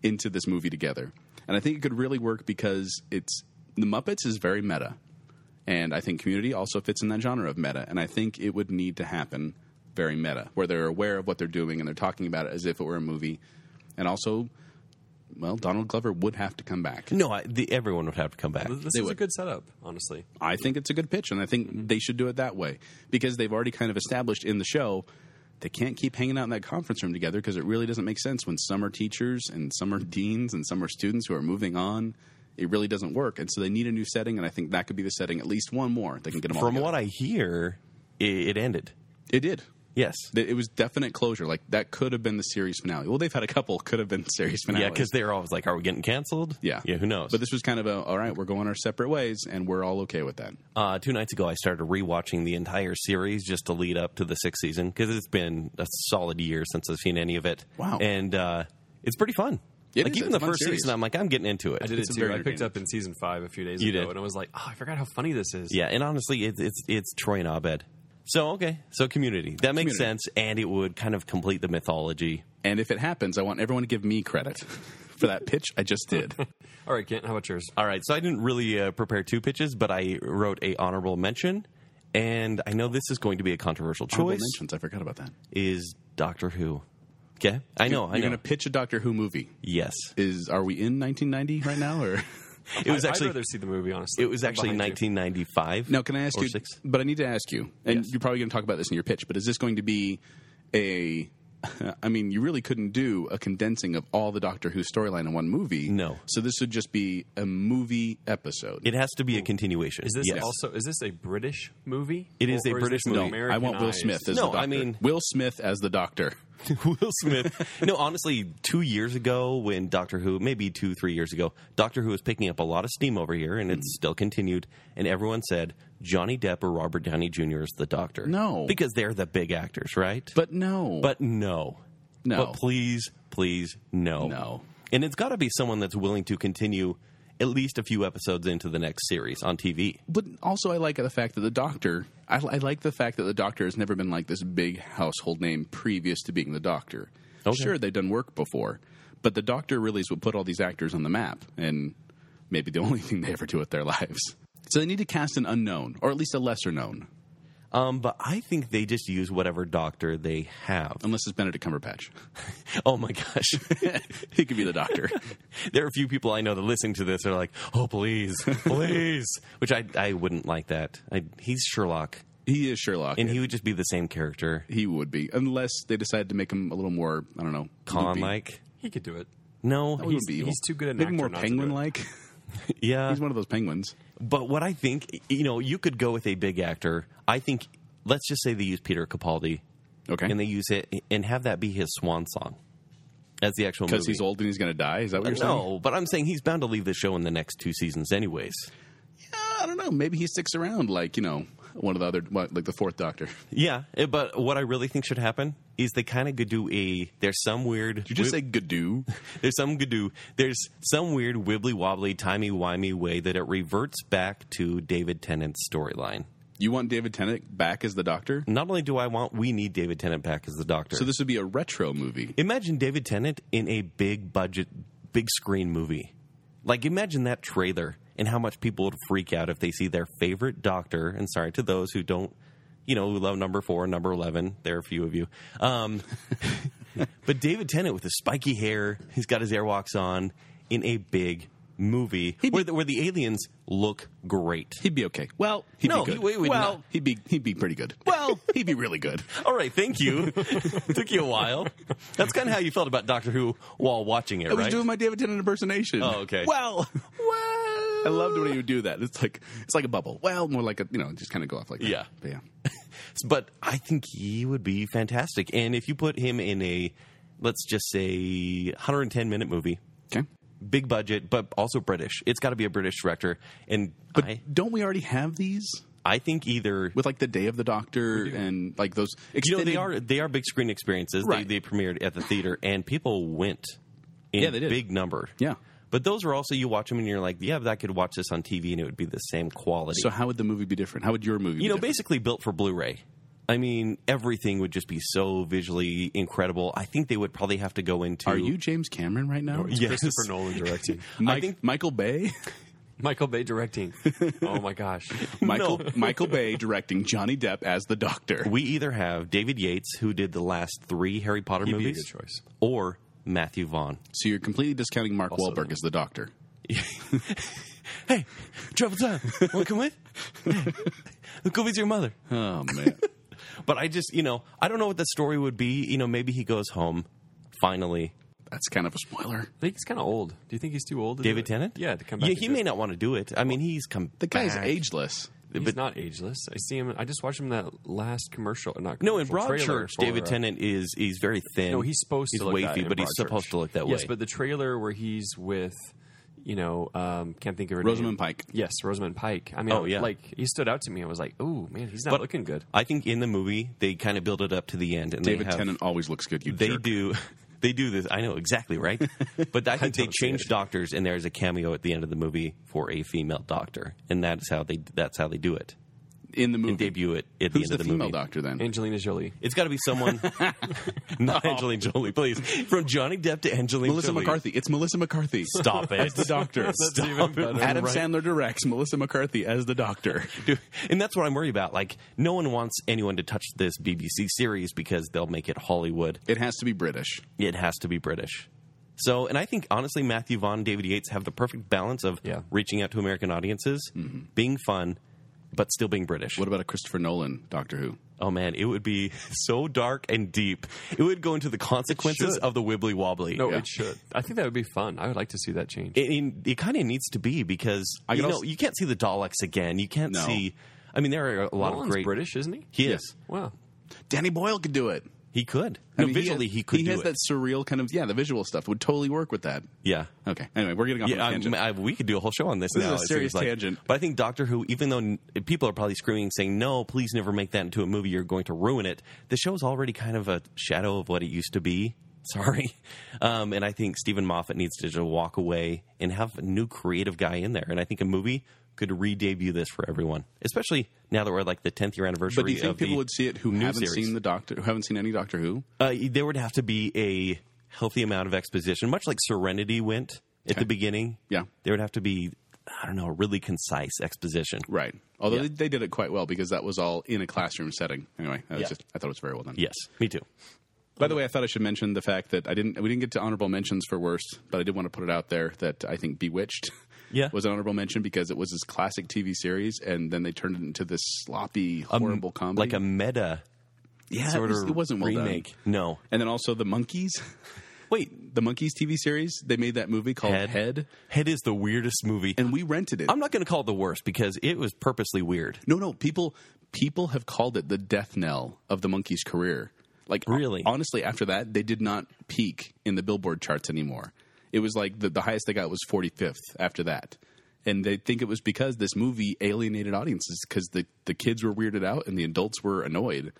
[SPEAKER 3] into this movie together. And I think it could really work because it's the Muppets is very meta. And I think Community also fits in that genre of meta. And I think it would need to happen very meta, where they're aware of what they're doing and they're talking about it as if it were a movie. And also, well, Donald Glover would have to come back.
[SPEAKER 2] No, I, the, everyone would have to come back.
[SPEAKER 4] This
[SPEAKER 3] They
[SPEAKER 4] is a
[SPEAKER 3] would.
[SPEAKER 4] good setup, honestly.
[SPEAKER 3] I think it's a good pitch, and I think they should do it that way because they've already kind of established in the show they can't keep hanging out in that conference room together because it really doesn't make sense when some are teachers and some are deans and some are students who are moving on. It really doesn't work, and so they need a new setting, and I think that could be the setting, at least one more. They can get them all
[SPEAKER 2] From
[SPEAKER 3] together.
[SPEAKER 2] what I hear, it, it ended.
[SPEAKER 3] It did.
[SPEAKER 2] Yes.
[SPEAKER 3] That It was definite closure. Like that could have been the series finale. Well, they've had a couple could have been series finales.
[SPEAKER 2] Yeah, because they were always like, "Are we getting canceled?"
[SPEAKER 3] yeah,
[SPEAKER 2] yeah. Who knows?
[SPEAKER 3] But this was kind of a all right. We're going our separate ways, and we're all okay with that.
[SPEAKER 2] uh, two nights ago, I started rewatching the entire series just to lead up to the sixth season because it's been a solid year since I've seen any of it.
[SPEAKER 3] Wow.
[SPEAKER 2] and uh, it's pretty fun.
[SPEAKER 3] It
[SPEAKER 2] like
[SPEAKER 3] is.
[SPEAKER 2] even
[SPEAKER 3] It's
[SPEAKER 2] the
[SPEAKER 3] a fun
[SPEAKER 2] first
[SPEAKER 3] series.
[SPEAKER 2] season, I'm like, I'm getting into it.
[SPEAKER 4] I did
[SPEAKER 3] It's
[SPEAKER 4] it too.
[SPEAKER 3] very
[SPEAKER 4] I picked up in season five a few days
[SPEAKER 2] You
[SPEAKER 4] ago,
[SPEAKER 2] did.
[SPEAKER 4] and I was like, oh, I forgot how funny this is.
[SPEAKER 2] Yeah, and honestly, it, it's it's Troy and Abed. So okay, so community that makes
[SPEAKER 3] Community.
[SPEAKER 2] sense, and it would kind of complete the mythology.
[SPEAKER 3] And if it happens, I want everyone to give me credit for that pitch I just did.
[SPEAKER 4] All right, Kent, how about yours?
[SPEAKER 2] All right, so I didn't really uh, prepare two pitches, but I wrote a honorable mention, and I know this is going to be a controversial
[SPEAKER 3] Honorable
[SPEAKER 2] choice.
[SPEAKER 3] mentions. I forgot about that.
[SPEAKER 2] Is Doctor Who? Okay, I know, I
[SPEAKER 3] You're
[SPEAKER 2] know.
[SPEAKER 3] going to pitch a Doctor Who movie.
[SPEAKER 2] Yes,
[SPEAKER 3] Is are we in 1990 right now or?
[SPEAKER 2] it was
[SPEAKER 4] I-
[SPEAKER 2] actually
[SPEAKER 4] I'd rather see the movie, honestly.
[SPEAKER 2] It was
[SPEAKER 4] I'm
[SPEAKER 2] actually
[SPEAKER 4] behind you.
[SPEAKER 2] 1995.
[SPEAKER 3] Now, can I ask
[SPEAKER 2] or
[SPEAKER 3] you?
[SPEAKER 2] Six.
[SPEAKER 3] But I need to ask you, and
[SPEAKER 2] Yes.
[SPEAKER 3] you're probably going to talk about this in your pitch. But is this going to be a? I mean, you really couldn't do a condensing of all the Doctor Who storyline in one movie.
[SPEAKER 2] No.
[SPEAKER 3] So this would just be a movie episode.
[SPEAKER 2] It has to be a continuation.
[SPEAKER 4] Is this
[SPEAKER 2] yes.
[SPEAKER 4] also is this a British movie?
[SPEAKER 2] It is a British
[SPEAKER 4] this an
[SPEAKER 2] movie.
[SPEAKER 3] I want Will
[SPEAKER 4] Americanized-
[SPEAKER 3] Smith as
[SPEAKER 2] No,
[SPEAKER 3] the Doctor.
[SPEAKER 2] I mean-
[SPEAKER 3] Will Smith as the Doctor.
[SPEAKER 2] Will Smith? no, honestly, two years ago when Doctor Who, maybe two, three years ago, Doctor Who was picking up a lot of steam over here, and
[SPEAKER 3] Mm-hmm.
[SPEAKER 2] it's still continued. And everyone said Johnny Depp or Robert Downey Jr. is the Doctor.
[SPEAKER 3] No.
[SPEAKER 2] because they're the big actors, right?
[SPEAKER 3] But no,
[SPEAKER 2] but no,
[SPEAKER 3] No.
[SPEAKER 2] But please, please, no,
[SPEAKER 3] No.
[SPEAKER 2] And it's got to be someone that's willing to continue at least a few episodes into the next series on TV.
[SPEAKER 3] but also I like the fact that the Doctor. I, I like the fact that the Doctor has never been like this big household name previous to being the Doctor.
[SPEAKER 2] Okay.
[SPEAKER 3] Sure, they've done work before, but the Doctor really is what put all these actors on the map, and maybe the only thing they ever do with their lives. So they need to cast an unknown, or at least a lesser known,
[SPEAKER 2] Um, but I think they just use whatever doctor they have.
[SPEAKER 3] unless it's Benedict Cumberbatch.
[SPEAKER 2] Oh my gosh.
[SPEAKER 3] he could be the Doctor.
[SPEAKER 2] there are a few people I know that listening to this are like, oh, please, please. Which I, I wouldn't like that. I, he's Sherlock,
[SPEAKER 3] he is Sherlock,
[SPEAKER 2] and he would just be the same character.
[SPEAKER 3] he would be, unless they decide to make him a little more. I don't know,
[SPEAKER 2] Con
[SPEAKER 3] loopy.
[SPEAKER 2] like.
[SPEAKER 4] He could do it.
[SPEAKER 2] No,
[SPEAKER 3] That wouldn't
[SPEAKER 2] he's,
[SPEAKER 3] be evil.
[SPEAKER 4] he's too good an
[SPEAKER 3] Maybe
[SPEAKER 4] actor
[SPEAKER 3] more
[SPEAKER 4] not to do it.
[SPEAKER 3] penguin like.
[SPEAKER 2] yeah.
[SPEAKER 3] Oh, He's one of those penguins.
[SPEAKER 2] But what I think, you know, you could go with a big actor. I think, let's just say they use Peter Capaldi
[SPEAKER 3] Okay.
[SPEAKER 2] and they use it and have that be his swan song as the actual
[SPEAKER 3] Because
[SPEAKER 2] movie. Uh,
[SPEAKER 3] he's old and he's going to die. Is that what you're saying?
[SPEAKER 2] No, but I'm saying he's bound to leave the show in the next two seasons, anyways.
[SPEAKER 3] Uh, I don't know. Maybe he sticks around, like you know, one of the other, what, like the fourth Doctor.
[SPEAKER 2] Yeah, eh, but what I really think should happen is they kind of could do a. There's some weird.
[SPEAKER 3] You just say Gadoo.
[SPEAKER 2] there's some could do. There's some weird wibbly wobbly timey wimey way that it reverts back to David Tennant's storyline.
[SPEAKER 3] You want David Tennant back as the Doctor?
[SPEAKER 2] Not only do I want, we need David Tennant back as the Doctor.
[SPEAKER 3] So this would be a retro movie.
[SPEAKER 2] imagine David Tennant in a big budget, big screen movie. Like imagine that trailer and how much people would freak out if they see their favorite Doctor. And sorry to those who don't, you know, who love number four, number eleven. There are a few of you. Um, but David Tennant with his spiky hair, he's got his airwalks on in a big movie where, the, where the aliens look great.
[SPEAKER 3] He'd be okay. Well, he'd
[SPEAKER 2] No,
[SPEAKER 3] be good.
[SPEAKER 2] he- we would
[SPEAKER 3] well,
[SPEAKER 2] not.
[SPEAKER 3] he'd be he'd be pretty good. Well, he'd be really good.
[SPEAKER 2] All right, thank you. Took you a while. That's kind of how you felt about Doctor Who while watching it,
[SPEAKER 3] I was
[SPEAKER 2] right?
[SPEAKER 3] doing my David Tennant impersonation.
[SPEAKER 2] Oh, okay.
[SPEAKER 3] Well, I loved when he would do that. It's like it's like a bubble. Well, more like a you know, just kind of go off like that.
[SPEAKER 2] Yeah.
[SPEAKER 3] But yeah.
[SPEAKER 2] but I think he would be fantastic. And if you put him in a, let's just say, 110 minute movie,
[SPEAKER 3] Okay.
[SPEAKER 2] big budget, but also British, it's got to be a British director. And
[SPEAKER 3] But
[SPEAKER 2] I,
[SPEAKER 3] don't we already have these
[SPEAKER 2] I think either
[SPEAKER 3] with like the Day of the Doctor and like those?
[SPEAKER 2] you know
[SPEAKER 3] extended-
[SPEAKER 2] they are they are big screen experiences.
[SPEAKER 3] Right.
[SPEAKER 2] They, they premiered at the theater, and people went in
[SPEAKER 3] Yeah, they did.
[SPEAKER 2] big number.
[SPEAKER 3] Yeah.
[SPEAKER 2] But those are also you watch them and you're like, yeah, but I could watch this on TV and it would be the same quality.
[SPEAKER 3] So how would the movie be different? How would your movie?
[SPEAKER 2] you
[SPEAKER 3] be
[SPEAKER 2] know,
[SPEAKER 3] different?
[SPEAKER 2] basically built for Blu-ray. I mean, everything would just be so visually incredible. I think they would probably have to go into.
[SPEAKER 3] Are you James Cameron right now?
[SPEAKER 4] It's
[SPEAKER 2] Yes.
[SPEAKER 4] Christopher Nolan directing.
[SPEAKER 3] Mike,
[SPEAKER 2] I think
[SPEAKER 3] Michael Bay.
[SPEAKER 4] Michael Bay directing. Oh my gosh.
[SPEAKER 3] Michael Michael Bay directing Johnny Depp as the Doctor.
[SPEAKER 2] we either have David Yates, who did the last three Harry Potter
[SPEAKER 4] He'd be a
[SPEAKER 2] movies,
[SPEAKER 4] good choice.
[SPEAKER 2] or Matthew Vaughn.
[SPEAKER 3] So you're completely discounting Mark Wahlberg as the Doctor.
[SPEAKER 2] Hey, travel time. Want to come with? Hey, go visit your mother.
[SPEAKER 3] Oh man,
[SPEAKER 2] But I just, you know, I don't know what the story would be. You know, maybe he goes home finally.
[SPEAKER 3] that's kind of a spoiler.
[SPEAKER 4] I think he's kind of old. Do you think he's too old? to do
[SPEAKER 2] David
[SPEAKER 4] it?
[SPEAKER 2] Tennant?
[SPEAKER 4] Yeah, to come back.
[SPEAKER 2] Yeah,
[SPEAKER 4] and
[SPEAKER 2] he
[SPEAKER 4] do
[SPEAKER 2] may
[SPEAKER 4] it.
[SPEAKER 2] not want to do it. I mean, he's come
[SPEAKER 3] The guy's
[SPEAKER 2] back.
[SPEAKER 3] ageless.
[SPEAKER 4] He's
[SPEAKER 2] but-
[SPEAKER 4] not ageless. I see him. I just watched him in that last commercial. Not
[SPEAKER 2] No, in
[SPEAKER 4] commercial, trailer
[SPEAKER 2] Broadchurch,
[SPEAKER 4] for,
[SPEAKER 2] David
[SPEAKER 4] uh,
[SPEAKER 2] Tennant is he's very thin.
[SPEAKER 4] No, he's supposed
[SPEAKER 2] he's
[SPEAKER 4] to look
[SPEAKER 2] wafy,
[SPEAKER 4] that in
[SPEAKER 2] but he's
[SPEAKER 4] Broadchurch.
[SPEAKER 2] supposed to look that
[SPEAKER 4] Yes,
[SPEAKER 2] way.
[SPEAKER 4] but the trailer where he's with, you know, um, can't think of her name.
[SPEAKER 3] Rosamund Pike.
[SPEAKER 4] Yes, Rosamund Pike. I mean,
[SPEAKER 2] Oh, yeah.
[SPEAKER 4] like he stood out to me. I was like, oh man, he's not
[SPEAKER 2] But-
[SPEAKER 4] looking good.
[SPEAKER 2] I think in the movie they kind of build it up to the end, and they
[SPEAKER 3] David
[SPEAKER 2] have,
[SPEAKER 3] Tennant always looks good. You
[SPEAKER 2] They
[SPEAKER 3] jerk.
[SPEAKER 2] do. They do this. I know exactly, right? But I think they
[SPEAKER 4] don't see
[SPEAKER 2] change
[SPEAKER 4] it.
[SPEAKER 2] doctors, and there's a cameo at the end of the movie for a female doctor, and that's how they that's how they do it.
[SPEAKER 3] in the movie.
[SPEAKER 2] Debut it at the
[SPEAKER 3] Who's
[SPEAKER 2] end
[SPEAKER 3] the,
[SPEAKER 2] of the
[SPEAKER 3] female
[SPEAKER 2] movie.
[SPEAKER 3] doctor then?
[SPEAKER 4] Angelina Jolie.
[SPEAKER 2] It's got to be someone, not Angelina Jolie, please. From Johnny Depp to Angelina
[SPEAKER 3] Melissa
[SPEAKER 2] Jolie.
[SPEAKER 3] McCarthy. It's Melissa McCarthy.
[SPEAKER 2] Stop it.
[SPEAKER 3] As the doctor.
[SPEAKER 2] Stop
[SPEAKER 4] even
[SPEAKER 2] it.
[SPEAKER 4] better.
[SPEAKER 3] Adam Sandler directs Melissa McCarthy as the doctor.
[SPEAKER 2] do. And that's what I'm worried about. Like, no one wants anyone to touch this BBC series because they'll make it Hollywood.
[SPEAKER 3] It has to be British.
[SPEAKER 2] It has to be British. So, and I think honestly, Matthew Vaughn, David Yates have the perfect balance of
[SPEAKER 4] Yeah.
[SPEAKER 2] reaching out to American audiences, being fun, but still being British.
[SPEAKER 3] Mm-hmm. What about a Christopher Nolan Doctor Who?
[SPEAKER 2] Oh man, it would be so dark and deep. It would go into the consequences
[SPEAKER 4] should.
[SPEAKER 2] of the wibbly wobbly.
[SPEAKER 4] No,
[SPEAKER 3] Yeah.
[SPEAKER 4] it should. I think that would be fun. I would like to see that change.
[SPEAKER 2] it, it, it kind of needs to be because
[SPEAKER 3] I
[SPEAKER 2] you
[SPEAKER 3] could
[SPEAKER 2] know
[SPEAKER 3] also-
[SPEAKER 2] you can't see the Daleks again. You can't
[SPEAKER 3] No.
[SPEAKER 2] see. I mean, there are a lot
[SPEAKER 4] Nolan's
[SPEAKER 2] of great.
[SPEAKER 4] British, isn't he?
[SPEAKER 2] He is.
[SPEAKER 4] Wow.
[SPEAKER 3] Danny Boyle could do it.
[SPEAKER 2] He could.
[SPEAKER 3] I
[SPEAKER 2] No,
[SPEAKER 3] mean,
[SPEAKER 2] visually,
[SPEAKER 3] has-
[SPEAKER 2] he, could
[SPEAKER 3] He
[SPEAKER 2] do
[SPEAKER 3] has
[SPEAKER 2] it.
[SPEAKER 3] that surreal kind of yeah. The visual stuff would totally work with that. um,
[SPEAKER 2] yeah.
[SPEAKER 3] Okay. Anyway, we're getting off on
[SPEAKER 2] Yeah,
[SPEAKER 3] a
[SPEAKER 2] I,
[SPEAKER 3] tangent.
[SPEAKER 2] I, we could do a whole show on this.
[SPEAKER 3] This is
[SPEAKER 2] now,
[SPEAKER 3] a
[SPEAKER 2] it seems
[SPEAKER 3] serious
[SPEAKER 2] like.
[SPEAKER 3] tangent.
[SPEAKER 2] But I think Doctor Who, even though n- people are probably screaming, saying, "No, please never make that into a movie. You're going to ruin it." The show's already kind of a shadow of what it used to be. Sorry, um, and I think Stephen Moffat needs to just walk away and have a new creative guy in there. And I think a movie could re-debut this for everyone, especially now that we're like the 10th year anniversary.
[SPEAKER 3] but do you
[SPEAKER 2] of
[SPEAKER 3] think people
[SPEAKER 2] the
[SPEAKER 3] would see it who
[SPEAKER 2] new
[SPEAKER 3] haven't
[SPEAKER 2] series.
[SPEAKER 3] seen the Doctor, who haven't seen any Doctor Who?
[SPEAKER 2] Uh, there would have to be a healthy amount of exposition, much like Serenity went at the beginning.
[SPEAKER 3] Yeah.
[SPEAKER 2] There would have to be, I don't know, really concise exposition.
[SPEAKER 3] Right. Although they, they did it quite well because that was all in a classroom setting. Anyway, that was
[SPEAKER 2] Yeah.
[SPEAKER 3] just I thought it was very well done.
[SPEAKER 2] Yes, me too.
[SPEAKER 3] By the way, I thought I should mention the fact that I didn't we didn't get to honorable mentions for worst, but I did want to put it out there that I think Bewitched
[SPEAKER 2] Yeah.
[SPEAKER 3] was an honorable mention because it was this classic TV series and then they turned it into this sloppy, horrible comedy.
[SPEAKER 2] Um, Mm, Like a meta
[SPEAKER 3] yeah,
[SPEAKER 2] sort
[SPEAKER 3] it, was,
[SPEAKER 2] of
[SPEAKER 3] it wasn't well done.
[SPEAKER 2] remake. No.
[SPEAKER 3] And then also the Monkeys,
[SPEAKER 2] Wait,
[SPEAKER 3] the Monkeys TV series. They made that movie called
[SPEAKER 2] Head.
[SPEAKER 3] Head,
[SPEAKER 2] Head is the weirdest movie.
[SPEAKER 3] and we rented it.
[SPEAKER 2] I'm not going to call it the worst because it was purposely weird.
[SPEAKER 3] No, no. People people have called it the death knell of the Monkeys' career. Like
[SPEAKER 2] Really?
[SPEAKER 3] hon- honestly, after that, they did not peak in the Billboard charts anymore. It was like the, the highest they got was 45th after that. And they think it was because this movie alienated audiences because the, the kids were weirded out and the adults were annoyed.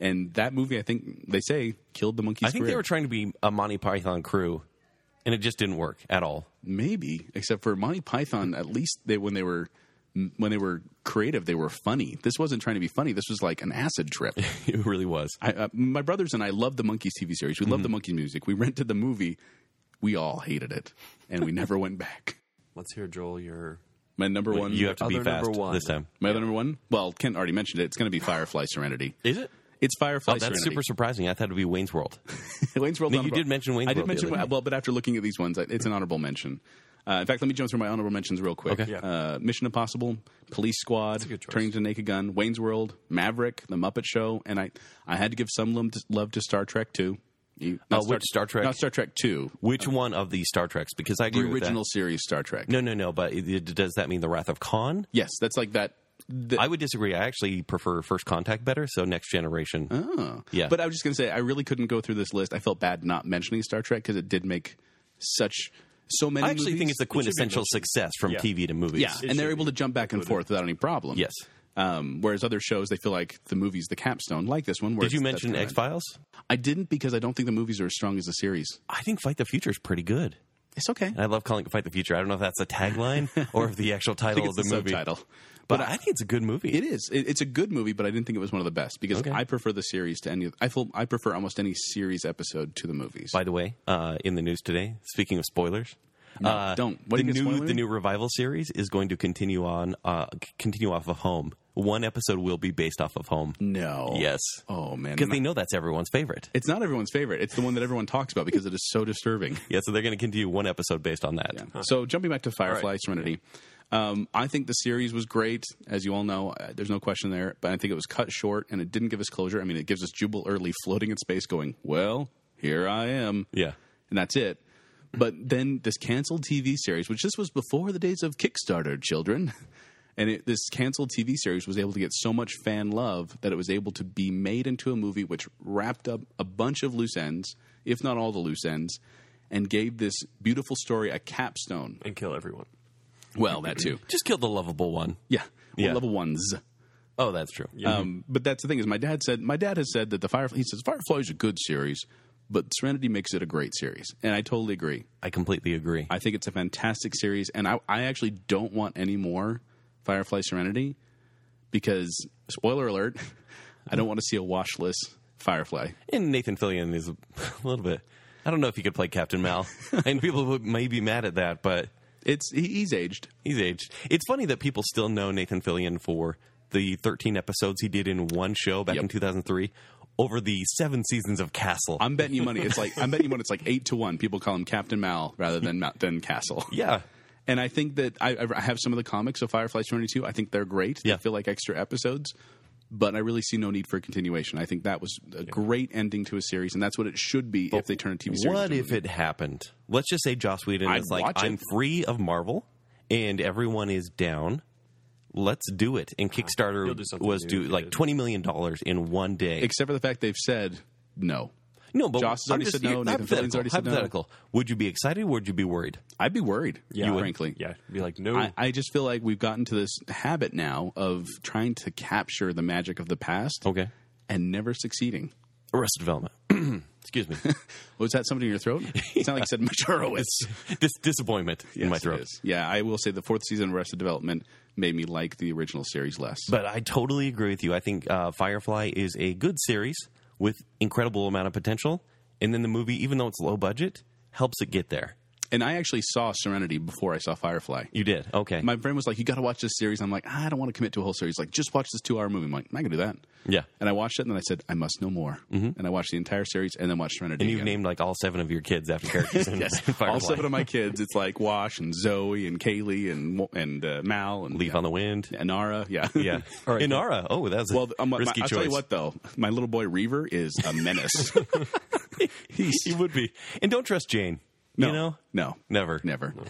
[SPEAKER 3] And that movie, I think they say, killed the monkeys.
[SPEAKER 2] I think they
[SPEAKER 3] career.
[SPEAKER 2] were trying to be a Monty Python crew, and it just didn't work at all.
[SPEAKER 3] maybe except for Monty Python. At least they when they were when they were creative, they were funny. This wasn't trying to be funny. This was like an acid trip.
[SPEAKER 2] It really was.
[SPEAKER 3] I, uh, my brothers and I love the Monkeys TV series. We
[SPEAKER 2] Mm-hmm.
[SPEAKER 3] love the Monkeys music. We rented the movie. We all hated it, and we never went back.
[SPEAKER 4] Let's hear Joel. Your
[SPEAKER 3] My number one.
[SPEAKER 2] You have to be
[SPEAKER 4] Other number
[SPEAKER 2] fast
[SPEAKER 4] one.
[SPEAKER 2] this time.
[SPEAKER 3] my other number one. Well, Kent already mentioned it. It's going to be Firefly Serenity.
[SPEAKER 2] Is it?
[SPEAKER 3] It's Firefly
[SPEAKER 2] Oh, that's
[SPEAKER 3] Serenity.
[SPEAKER 2] super surprising. I thought it would be Wayne's World.
[SPEAKER 3] Wayne's World.
[SPEAKER 2] No, you
[SPEAKER 3] honorable-
[SPEAKER 2] did mention Wayne's
[SPEAKER 3] I did
[SPEAKER 2] World the
[SPEAKER 3] mention.
[SPEAKER 2] other day.
[SPEAKER 3] well, but after looking at these ones, I- it's an honorable mention. Uh, in fact, let me jump through my honorable mentions real quick.
[SPEAKER 2] Okay.
[SPEAKER 4] Yeah.
[SPEAKER 3] Uh, Mission Impossible, Police Squad,
[SPEAKER 4] good choice.
[SPEAKER 3] Turning to Naked Gun, Wayne's World, Maverick, The Muppet Show, and I. I had to give some love to, love to Star Trek too. You, not
[SPEAKER 2] Uh, which Star Trek?
[SPEAKER 3] Not Star Trek Two.
[SPEAKER 2] Which one of the Star Treks? Because I agree
[SPEAKER 3] the
[SPEAKER 2] with that.
[SPEAKER 3] original series Star Trek.
[SPEAKER 2] No, no, no. But it, it- does that mean the Wrath of Khan?
[SPEAKER 3] Yes, that's like that. The,
[SPEAKER 2] I would disagree. I actually prefer First Contact better. So Next Generation.
[SPEAKER 3] oh.
[SPEAKER 2] Yeah.
[SPEAKER 3] But I was just going to say, I really couldn't go through this list. I felt bad not mentioning Star Trek because it did make such so many.
[SPEAKER 2] I actually think
[SPEAKER 3] movies.
[SPEAKER 2] it's the quintessential success from
[SPEAKER 4] Yeah.
[SPEAKER 2] TV to movies.
[SPEAKER 3] yeah, and they're able to jump back and forth without any problem.
[SPEAKER 2] Yes.
[SPEAKER 3] Um, whereas other shows, they feel like the movie's the capstone, like this one. Where
[SPEAKER 2] Did you
[SPEAKER 3] it's-
[SPEAKER 2] mention
[SPEAKER 3] that's
[SPEAKER 2] X
[SPEAKER 3] kind
[SPEAKER 2] Files?
[SPEAKER 3] of- I didn't because I don't think the movies are as strong as the series.
[SPEAKER 2] I think Fight the Future is pretty good.
[SPEAKER 3] It's okay.
[SPEAKER 2] And I love calling it Fight the Future. I don't know if that's a tagline or if the actual title
[SPEAKER 3] it's
[SPEAKER 2] of the, movie.
[SPEAKER 3] subtitle.
[SPEAKER 2] But, I think it's a good movie.
[SPEAKER 3] It is. It, it's a good movie, but I didn't think it was one of the best because
[SPEAKER 2] Okay.
[SPEAKER 3] I prefer the series to any. I feel I prefer almost any series episode to the movies.
[SPEAKER 2] By the way, uh, in the news today, speaking of spoilers, uh,
[SPEAKER 3] don't. What
[SPEAKER 2] the
[SPEAKER 3] do you think it's
[SPEAKER 2] new
[SPEAKER 3] spoiling?
[SPEAKER 2] the new revival series is going to continue on uh, c- continue off of Home. One episode will be based off of Home.
[SPEAKER 3] No.
[SPEAKER 2] Yes.
[SPEAKER 3] Oh man.
[SPEAKER 2] Because they know that's everyone's favorite.
[SPEAKER 3] it's not everyone's favorite. It's the one that everyone talks about because it is so disturbing.
[SPEAKER 2] Yeah, so they're going to continue one episode based on that.
[SPEAKER 3] So jumping back to Firefly
[SPEAKER 4] All right.
[SPEAKER 3] Serenity, um, I think the series was great, as you all know. Uh, There's no question there, but I think it was cut short and it didn't give us closure. I mean, it gives us Jubal Early floating in space, going, "Well, here I am,"
[SPEAKER 2] Yeah.
[SPEAKER 3] and that's it. But then this canceled TV series, which this was before the days of Kickstarter, children. And it, this canceled TV series was able to get so much fan love that it was able to be made into a movie which wrapped up a bunch of loose ends, if not all the loose ends, and gave this beautiful story a capstone.
[SPEAKER 4] and kill everyone.
[SPEAKER 3] Well, that too.
[SPEAKER 2] Just kill the lovable one.
[SPEAKER 3] Yeah. Well,
[SPEAKER 2] Yeah.
[SPEAKER 3] Level ones.
[SPEAKER 2] Oh, that's true.
[SPEAKER 3] Um, but that's the thing is, my dad said my dad has said that the Firefly. He says Firefly's a good series, but Serenity makes it a great series, and I totally agree.
[SPEAKER 2] I completely agree.
[SPEAKER 3] I think it's a fantastic series, and I, I actually don't want any more Firefly Serenity because spoiler alert, I don't want to see a washless Firefly.
[SPEAKER 2] and Nathan Fillion is a little bit. I don't know if he could play Captain Mal, and people would- may be mad at that, but
[SPEAKER 3] It's he, he's aged.
[SPEAKER 2] he's aged. It's funny that people still know Nathan Fillion for the 13 episodes he did in one show back
[SPEAKER 3] Yep.
[SPEAKER 2] in 2003 over the seven seasons of Castle.
[SPEAKER 3] I'm betting you money. It's like I'm betting you money. It's like eight to one. People call him Captain Mal rather than Ma- than Castle.
[SPEAKER 2] yeah,
[SPEAKER 3] And I think that I, I have some of the comics of Firefly 22. I think they're great.
[SPEAKER 2] Yeah.
[SPEAKER 3] They feel like extra episodes, but I really see no need for a continuation. I think that was a great ending to a series, and that's what it should be if they turn a TV series.
[SPEAKER 2] What
[SPEAKER 3] into a
[SPEAKER 2] if
[SPEAKER 3] movie.
[SPEAKER 2] it happened? Let's just say Joss Whedon
[SPEAKER 3] I'd
[SPEAKER 2] is like,
[SPEAKER 3] watch it.
[SPEAKER 2] I'm free of Marvel, and everyone is down. Let's do it. And
[SPEAKER 4] He'll
[SPEAKER 2] Kickstarter
[SPEAKER 4] do something
[SPEAKER 2] was
[SPEAKER 4] new
[SPEAKER 2] due
[SPEAKER 4] if he
[SPEAKER 2] like
[SPEAKER 4] did.
[SPEAKER 2] twenty million dollars in one day.
[SPEAKER 3] Except for the fact they've said no.
[SPEAKER 2] no, but
[SPEAKER 3] Joss has
[SPEAKER 2] I'm
[SPEAKER 3] already
[SPEAKER 2] just-
[SPEAKER 3] said no,
[SPEAKER 2] you're-
[SPEAKER 3] Nathan Fillion's
[SPEAKER 2] Hypothetical.
[SPEAKER 3] already said no.
[SPEAKER 2] hypothetical. Would you be excited? or Would you be worried?
[SPEAKER 3] I'd be worried.
[SPEAKER 4] You would.
[SPEAKER 3] frankly.
[SPEAKER 4] Yeah, be like no.
[SPEAKER 3] I, I just feel like we've gotten to this habit now of trying to capture the magic of the past
[SPEAKER 2] Okay.
[SPEAKER 3] and never succeeding.
[SPEAKER 2] Arrested Development. Excuse me.
[SPEAKER 3] Was that something in your throat? It's not like I said Majorowitz.
[SPEAKER 2] This disappointment in my
[SPEAKER 3] Yes, it
[SPEAKER 2] throat.
[SPEAKER 3] is. Yeah, I will say the fourth season of Arrested Development made me like the original series less.
[SPEAKER 2] But I totally agree with you. I think uh, Firefly is a good series with incredible amount of potential, and then the movie, even though it's low budget, helps it get there.
[SPEAKER 3] and I actually saw Serenity before I saw Firefly.
[SPEAKER 2] You did okay.
[SPEAKER 3] My friend was like, "You got to watch this series." I'm like, "I don't want to commit to a whole series. Like, just watch this two hour movie." I'm like, "I'm not gonna do that."
[SPEAKER 2] yeah.
[SPEAKER 3] And I watched it, and then I said, "I must know more." And I watched the entire series, and then watched
[SPEAKER 2] Mm-hmm.
[SPEAKER 3] Serenity.
[SPEAKER 2] And you've
[SPEAKER 3] again.
[SPEAKER 2] named like all seven of your kids after characters in yes. Firefly.
[SPEAKER 3] all seven of my kids. It's like Wash and Zoe and Kaylee and and uh, Mal and
[SPEAKER 2] Leaf on the Wind.
[SPEAKER 3] and Nara. Yeah,
[SPEAKER 2] Yeah. Inara. Oh, that was a
[SPEAKER 3] Well, I'm, my,
[SPEAKER 2] risky
[SPEAKER 3] I'll
[SPEAKER 2] choice.
[SPEAKER 3] tell you what, though, my little boy Reaver is a menace.
[SPEAKER 2] he would be. And don't trust Jane.
[SPEAKER 3] no,
[SPEAKER 2] You know?
[SPEAKER 3] no,
[SPEAKER 2] Never.
[SPEAKER 3] never.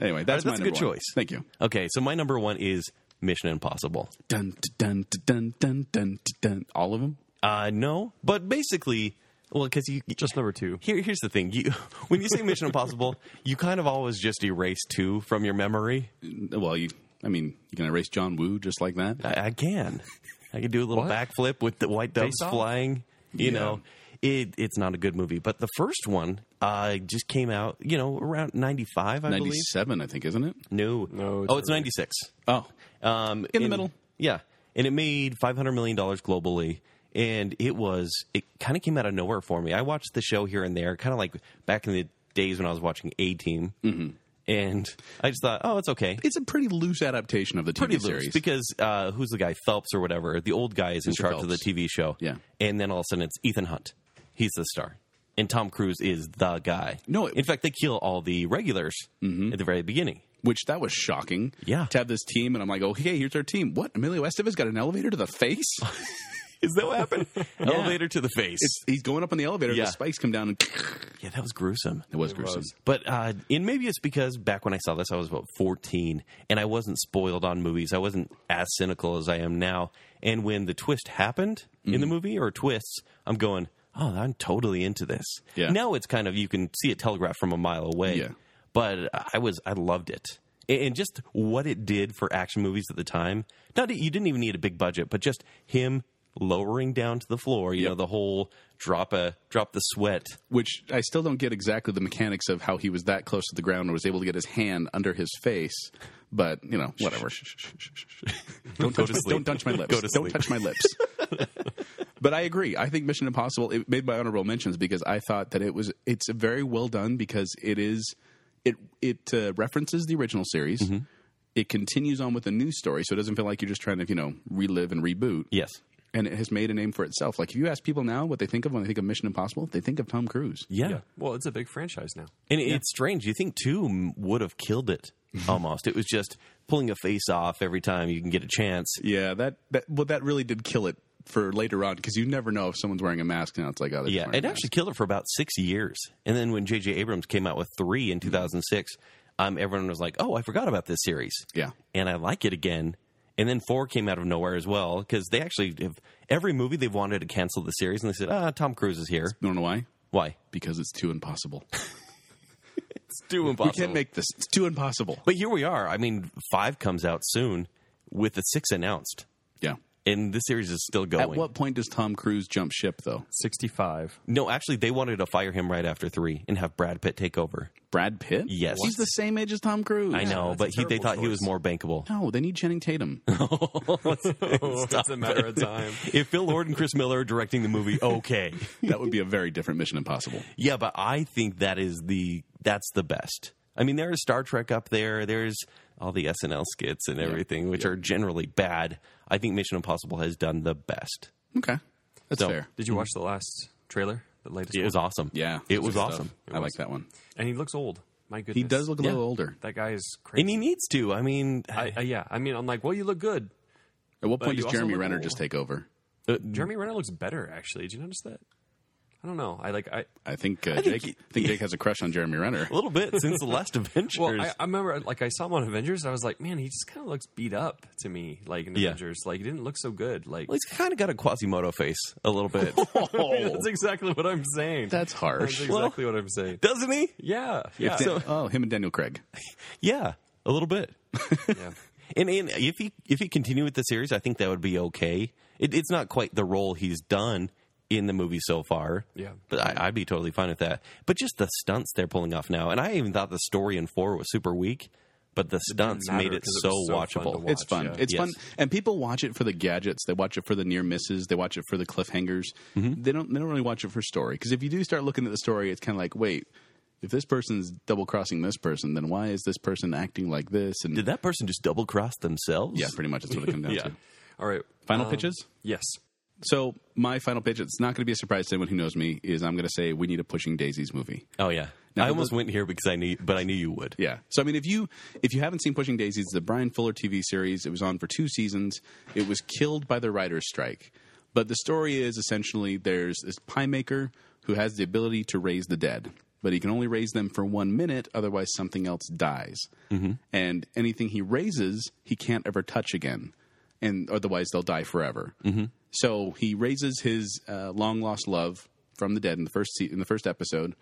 [SPEAKER 3] Anyway, that's,
[SPEAKER 2] All right, that's
[SPEAKER 3] my
[SPEAKER 2] a good
[SPEAKER 3] number one.
[SPEAKER 2] choice.
[SPEAKER 3] Thank you.
[SPEAKER 2] Okay, so my number one is Mission Impossible.
[SPEAKER 3] Dun t- dun t- dun dun dun t- dun. All of them.
[SPEAKER 2] Uh, no, but basically, well, because you
[SPEAKER 4] just number two.
[SPEAKER 2] here, here's the thing. You when you say Mission Impossible, you kind of always just erase two from your memory.
[SPEAKER 3] Well, you. I mean, you can erase John Woo just like that.
[SPEAKER 2] I, I can. I can do a little
[SPEAKER 4] What?
[SPEAKER 2] backflip with the white doves
[SPEAKER 4] Face off?
[SPEAKER 2] flying. You know, it, it's not a good movie. But the first one uh, just came out, you know, around 95, I believe.
[SPEAKER 3] Ninety-seven, I think, isn't it?
[SPEAKER 2] No.
[SPEAKER 4] No, it's
[SPEAKER 2] oh, it's
[SPEAKER 4] early.
[SPEAKER 2] 96.
[SPEAKER 3] Oh,
[SPEAKER 2] Um,
[SPEAKER 3] In the middle.
[SPEAKER 2] Yeah. And it made $500 million globally. And it was, it kind of came out of nowhere for me. I watched the show here and there, kind of like back in the days when I was watching A Team. Mm-hmm. And I just thought, oh, it's okay.
[SPEAKER 3] it's a pretty loose adaptation of the TV
[SPEAKER 2] pretty loose
[SPEAKER 3] series.
[SPEAKER 2] because uh, who's the guy Phelps or whatever? The old guy is in charge of the
[SPEAKER 3] Phelps.
[SPEAKER 2] TV show.
[SPEAKER 3] Yeah.
[SPEAKER 2] and then all of a sudden it's Ethan Hunt. He's the star, and Tom Cruise is the guy.
[SPEAKER 3] No, it-
[SPEAKER 2] in fact they kill all the regulars at the very beginning.
[SPEAKER 3] which that was shocking.
[SPEAKER 2] Yeah.
[SPEAKER 3] to have this team, and I'm like, okay, here's our team. What? Emilio Estevan's got an elevator to the face.
[SPEAKER 2] Is that what happened? Elevator to the face.
[SPEAKER 3] It's- he's going up on the elevator.
[SPEAKER 2] Yeah.
[SPEAKER 3] The spikes come down, and
[SPEAKER 2] yeah, that was gruesome.
[SPEAKER 3] it was gruesome.
[SPEAKER 2] But uh, and maybe it's because back when I saw this, I was about fourteen, and I wasn't spoiled on movies. I wasn't as cynical as I am now. And when the twist happened in the movie, or twists, I'm going, oh, I'm totally into this.
[SPEAKER 3] Yeah.
[SPEAKER 2] Now it's kind of you can see it telegraphed from a mile away.
[SPEAKER 3] Yeah.
[SPEAKER 2] But I was I loved it. And and just what it did for action movies at the time. Not that you didn't even need a big budget, but just him lowering down to the floor. You know the whole drop a drop the sweat.
[SPEAKER 3] Which I still don't get exactly the mechanics of how he was that close to the ground and was able to get his hand under his face. But you know, whatever. don't touch
[SPEAKER 2] to
[SPEAKER 3] my,
[SPEAKER 2] sleep.
[SPEAKER 3] don't touch my lips.
[SPEAKER 2] Go to
[SPEAKER 3] don't
[SPEAKER 2] sleep.
[SPEAKER 3] touch my lips. but I agree. I think Mission Impossible it made my honorable mentions because I thought that it was it's very well done because it is it it uh, references the original series.
[SPEAKER 2] Mm-hmm.
[SPEAKER 3] It continues on with a new story, so it doesn't feel like you're just trying to you know relive and reboot
[SPEAKER 2] Yes.
[SPEAKER 3] and it has made a name for itself. Like if you ask people now what they think of when they think of Mission Impossible, they think of Tom Cruise.
[SPEAKER 2] yeah.
[SPEAKER 4] Well, it's a big franchise now.
[SPEAKER 2] And it it's strange. You think two m- would have killed it almost. it was just pulling a face off every time you can get a chance.
[SPEAKER 3] Yeah, that that well, that really did kill it for later on because you never know if someone's wearing a mask now. It's like oh, they're just
[SPEAKER 2] Yeah,
[SPEAKER 3] wearing
[SPEAKER 2] it
[SPEAKER 3] a mask. Mm-hmm.
[SPEAKER 2] actually killed it for about six years. And then when J.J. Abrams came out with three in 2006, um, everyone was like, "Oh, I forgot about this series."
[SPEAKER 3] Yeah.
[SPEAKER 2] and I like it again. And then four came out of nowhere as well because they actually have every movie they've wanted to cancel the series, and they said, "Ah, Tom Cruise is here."
[SPEAKER 3] You don't know why?
[SPEAKER 2] Why?
[SPEAKER 3] Because it's too impossible.
[SPEAKER 2] It's too
[SPEAKER 3] We can't make this. It's too impossible.
[SPEAKER 2] But here we are. I mean, five comes out soon with the six announced,
[SPEAKER 3] Yeah.
[SPEAKER 2] and this series is still going.
[SPEAKER 3] At what point does Tom Cruise jump ship, though?
[SPEAKER 4] 65.
[SPEAKER 2] No, actually, they wanted to fire him right after three and have Brad Pitt take over.
[SPEAKER 3] Brad Pitt?
[SPEAKER 2] Yes.
[SPEAKER 3] He's the same age as Tom Cruise.
[SPEAKER 2] I know,
[SPEAKER 4] that's a
[SPEAKER 2] but he, they
[SPEAKER 4] terrible
[SPEAKER 2] thought he was
[SPEAKER 4] choice.
[SPEAKER 2] more bankable.
[SPEAKER 3] No, they need Channing Tatum.
[SPEAKER 4] Oh, it's a matter of time.
[SPEAKER 2] if Phil Lord and Chris Miller are directing the movie, okay.
[SPEAKER 3] that would be a very different Mission Impossible.
[SPEAKER 2] yeah, but I think that is the that's the best. I mean, there is Star Trek up there. There's all the SNL skits and everything, which are generally bad. I think Mission Impossible has done the best.
[SPEAKER 3] Okay. That's
[SPEAKER 2] So-
[SPEAKER 3] fair.
[SPEAKER 4] Did you watch the last trailer? The latest
[SPEAKER 2] It
[SPEAKER 4] one?
[SPEAKER 2] was awesome.
[SPEAKER 3] Yeah.
[SPEAKER 2] it was
[SPEAKER 3] Good
[SPEAKER 2] awesome.
[SPEAKER 3] stuff. I like that one.
[SPEAKER 4] And he looks old. My goodness.
[SPEAKER 3] He does look a
[SPEAKER 2] Yeah.
[SPEAKER 3] little older.
[SPEAKER 4] That guy is crazy.
[SPEAKER 2] And he needs to. I mean,
[SPEAKER 4] I, I, yeah, I mean, I'm like, well, you look good.
[SPEAKER 3] At what point
[SPEAKER 4] you
[SPEAKER 3] does
[SPEAKER 4] also
[SPEAKER 3] Jeremy
[SPEAKER 4] look
[SPEAKER 3] Renner
[SPEAKER 4] old.
[SPEAKER 3] just take over?
[SPEAKER 2] uh,
[SPEAKER 4] Jeremy Renner looks better, actually. Did you notice that? I don't know. I like. I
[SPEAKER 3] I think, uh,
[SPEAKER 2] think
[SPEAKER 3] Jake, I think Jake has a crush on Jeremy Renner.
[SPEAKER 2] a little bit since the last Avengers.
[SPEAKER 4] well, I, I remember like I saw him on Avengers. I was like, man, he just kind of looks beat up to me. Like in
[SPEAKER 2] Yeah.
[SPEAKER 4] Avengers, like he didn't look so good. Like
[SPEAKER 2] Well, he's kind of got a Quasimodo face a little bit,
[SPEAKER 4] that's exactly what I'm saying.
[SPEAKER 3] That's
[SPEAKER 4] That's
[SPEAKER 3] harsh.
[SPEAKER 4] exactly what I'm saying.
[SPEAKER 2] doesn't he?
[SPEAKER 4] Yeah, yeah,
[SPEAKER 3] Dan- oh, him and Daniel Craig.
[SPEAKER 2] Yeah, a little bit.
[SPEAKER 4] yeah.
[SPEAKER 2] And, and if he if he continued with the series, I think that would be okay. It, it's not quite the role he's done in the movie so far.
[SPEAKER 4] Yeah.
[SPEAKER 2] but I, I'd be totally fine with that. But just the stunts they're pulling off now, and I even thought the story in four was super weak, but the stunts
[SPEAKER 4] matter
[SPEAKER 2] made it
[SPEAKER 4] 'cause it
[SPEAKER 2] so
[SPEAKER 4] was so fun to
[SPEAKER 2] watchable.
[SPEAKER 4] watch.
[SPEAKER 2] It's
[SPEAKER 3] It's fun.
[SPEAKER 4] yeah.
[SPEAKER 3] It's
[SPEAKER 2] Yes.
[SPEAKER 3] fun, and people watch it for the gadgets. They watch it for the near misses. They watch it for the cliffhangers.
[SPEAKER 4] Mm-hmm.
[SPEAKER 3] They don't. They don't really watch it for story. Because if you do start looking at the story, it's kind of like, wait, if this person's double crossing this person, then why is this person acting like this? And
[SPEAKER 2] did that person just double cross themselves?
[SPEAKER 3] yeah, pretty much that's what it comes down to.
[SPEAKER 4] All right.
[SPEAKER 3] Final
[SPEAKER 4] Um,
[SPEAKER 3] pitches.
[SPEAKER 4] Yes.
[SPEAKER 3] So my final pitch. It's not going to be a surprise to anyone who knows me. Is I'm going to say we need a Pushing Daisies movie.
[SPEAKER 2] Oh yeah. I almost went here because I knew, but I knew you would.
[SPEAKER 3] Yeah. So I mean, if you if you haven't seen Pushing Daisies, the Brian Fuller TV series, it was on for two seasons. It was killed by the writers' strike. But the story is essentially there's this pie maker who has the ability to raise the dead, but he can only raise them for one minute, otherwise something else dies. Mm-hmm. And anything he raises, he can't ever touch again, and otherwise they'll die forever. Mm-hmm. So he raises his uh, long lost love from the dead in the first se- in the first episode,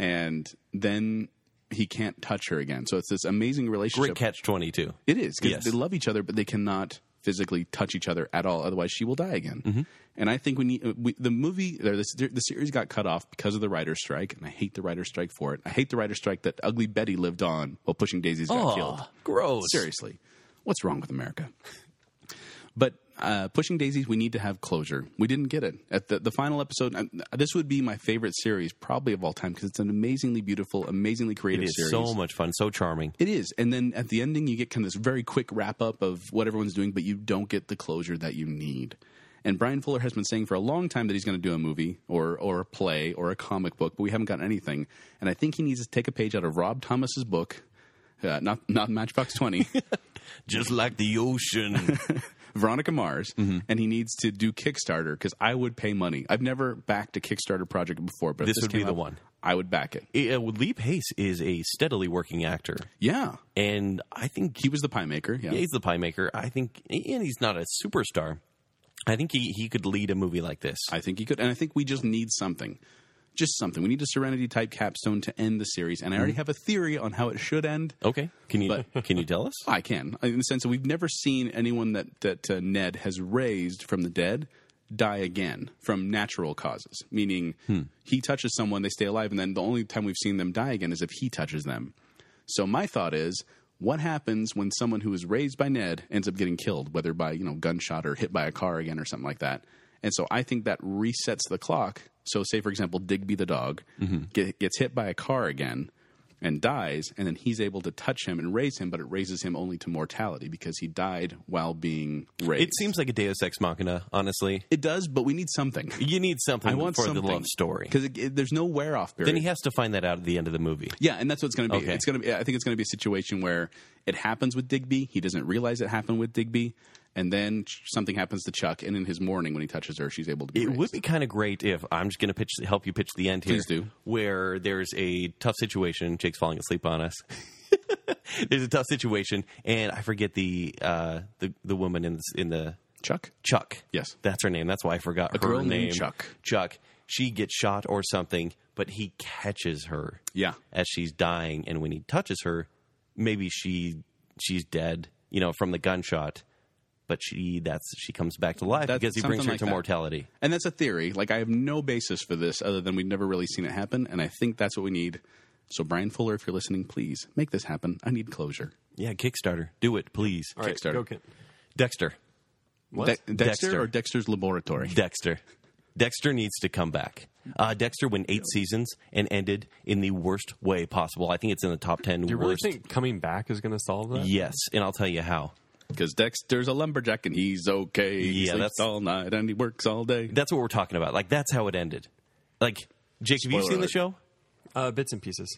[SPEAKER 3] and then he can't touch her again. So it's this amazing relationship.
[SPEAKER 2] Great catch twenty two.
[SPEAKER 3] It is because
[SPEAKER 2] Yes.
[SPEAKER 3] they love each other, but they cannot physically touch each other at all. Otherwise, she will die again.
[SPEAKER 2] Mm-hmm.
[SPEAKER 3] And I think we need we, the movie or the, the series got cut off because of the writer's strike, and I hate the writer's strike for it. I hate the writer's strike that Ugly Betty lived on while Pushing Daisies got killed.
[SPEAKER 2] gross.
[SPEAKER 3] Seriously, what's wrong with America? But uh, pushing daisies, we need to have closure. We didn't get it at the, the final episode. um, this would be my favorite series, probably of all time, because it's an amazingly beautiful, amazingly creative
[SPEAKER 2] It is
[SPEAKER 3] series.
[SPEAKER 2] so much fun, so charming.
[SPEAKER 3] It is. And then at the ending, you get kind of this very quick wrap up of what everyone's doing, but you don't get the closure that you need. And Brian Fuller has been saying for a long time that he's going to do a movie or, or a play or a comic book, but we haven't gotten anything. And I think he needs to take a page out of Rob Thomas's book, uh, not, not Matchbox 20,
[SPEAKER 2] Just like the ocean.
[SPEAKER 3] Veronica Mars,
[SPEAKER 2] Mm-hmm.
[SPEAKER 3] and he needs to do Kickstarter because I would pay money. I've never backed a Kickstarter project before, but if
[SPEAKER 2] This would be
[SPEAKER 3] came
[SPEAKER 2] the
[SPEAKER 3] up,
[SPEAKER 2] one.
[SPEAKER 3] I would back it.
[SPEAKER 2] Eh, uh, Lee Pace is a steadily working actor,
[SPEAKER 3] Yeah.
[SPEAKER 2] and I think
[SPEAKER 3] He was the pie maker. Yeah.
[SPEAKER 2] he's the pie maker. I think, and he's not a superstar. I think he, he could lead a movie like this.
[SPEAKER 3] I think he could, and I think we just need something, just something. We need a Serenity type capstone to end the series, and I
[SPEAKER 2] Mm-hmm.
[SPEAKER 3] already have a theory on how it should end.
[SPEAKER 2] okay, can you
[SPEAKER 3] But-
[SPEAKER 2] can you tell us?
[SPEAKER 3] I can, in the sense that we've never seen anyone that that uh, Ned has raised from the dead die again from natural causes, meaning
[SPEAKER 2] Hmm.
[SPEAKER 3] he touches someone, they stay alive, and then the only time we've seen them die again is if he touches them. So my thought is. What happens when someone who is raised by Ned ends up getting killed, whether by you know gunshot or hit by a car again or something like that? And so I think that resets the clock. So, say, for example, Digby the dog
[SPEAKER 2] Mm-hmm.
[SPEAKER 3] ge- gets hit by a car again and dies, and then he's able to touch him and raise him, but it raises him only to mortality because he died while being raised.
[SPEAKER 2] It seems like a Deus Ex Machina. Honestly,
[SPEAKER 3] it does, but we need something.
[SPEAKER 2] you need something
[SPEAKER 3] I want
[SPEAKER 2] for
[SPEAKER 3] something.
[SPEAKER 2] the love story.
[SPEAKER 3] because there's no wear off period.
[SPEAKER 2] Then he has to find that out at the end of the movie.
[SPEAKER 3] Yeah, and that's what's going to be.
[SPEAKER 2] Okay.
[SPEAKER 3] It's going to be. I think it's going to be a situation where it happens with Digby. He doesn't realize it happened with Digby, and then ch- something happens to Chuck. And in his mourning, when he touches her, she's able to. Be
[SPEAKER 2] It
[SPEAKER 3] raised.
[SPEAKER 2] would be kind of great if I'm just going to pitch help you pitch the end here.
[SPEAKER 3] Please do.
[SPEAKER 2] Where there's a tough situation, Jake's falling asleep on us. there's a tough situation, and I forget the uh, the the woman in the, in the
[SPEAKER 3] Chuck?
[SPEAKER 2] Chuck.
[SPEAKER 3] Yes.
[SPEAKER 2] that's her name. That's why I forgot her
[SPEAKER 3] girl named
[SPEAKER 2] name.
[SPEAKER 3] Chuck.
[SPEAKER 2] Chuck. She gets shot or something, but he catches her.
[SPEAKER 3] Yeah.
[SPEAKER 2] as she's dying, and when he touches her, maybe she she's dead. You know, from the gunshot. But she that's she comes back to life
[SPEAKER 3] That's
[SPEAKER 2] because he brings
[SPEAKER 3] something
[SPEAKER 2] her
[SPEAKER 3] like
[SPEAKER 2] to
[SPEAKER 3] that.
[SPEAKER 2] mortality.
[SPEAKER 3] And that's a theory. Like I have no basis for this other than we've never really seen it happen, and I think that's what we need. So Brian Fuller, if you're listening, please make this happen. I need closure.
[SPEAKER 2] Yeah, Kickstarter, do it, please.
[SPEAKER 4] All right,
[SPEAKER 3] Kickstarter.
[SPEAKER 4] go Kent.
[SPEAKER 2] Dexter,
[SPEAKER 4] What?
[SPEAKER 3] De- Dexter,
[SPEAKER 2] Dexter.
[SPEAKER 3] or Dexter's Laboratory.
[SPEAKER 2] Dexter. Dexter needs to come back. Uh, Dexter went eight seasons and ended in the worst way possible. I think it's in the top ten
[SPEAKER 4] you really
[SPEAKER 2] worst.
[SPEAKER 4] think coming back is going to solve that?
[SPEAKER 2] yes, and I'll tell you how.
[SPEAKER 3] Because Dexter's a lumberjack and he's okay. He
[SPEAKER 2] Yeah,
[SPEAKER 3] sleeps
[SPEAKER 2] that's-
[SPEAKER 3] all night and he works all day.
[SPEAKER 2] That's what we're talking about. Like that's how it ended. Like Jake, have you
[SPEAKER 3] Spoiler
[SPEAKER 2] seen the
[SPEAKER 3] alert.
[SPEAKER 2] show?
[SPEAKER 4] Uh, bits and pieces.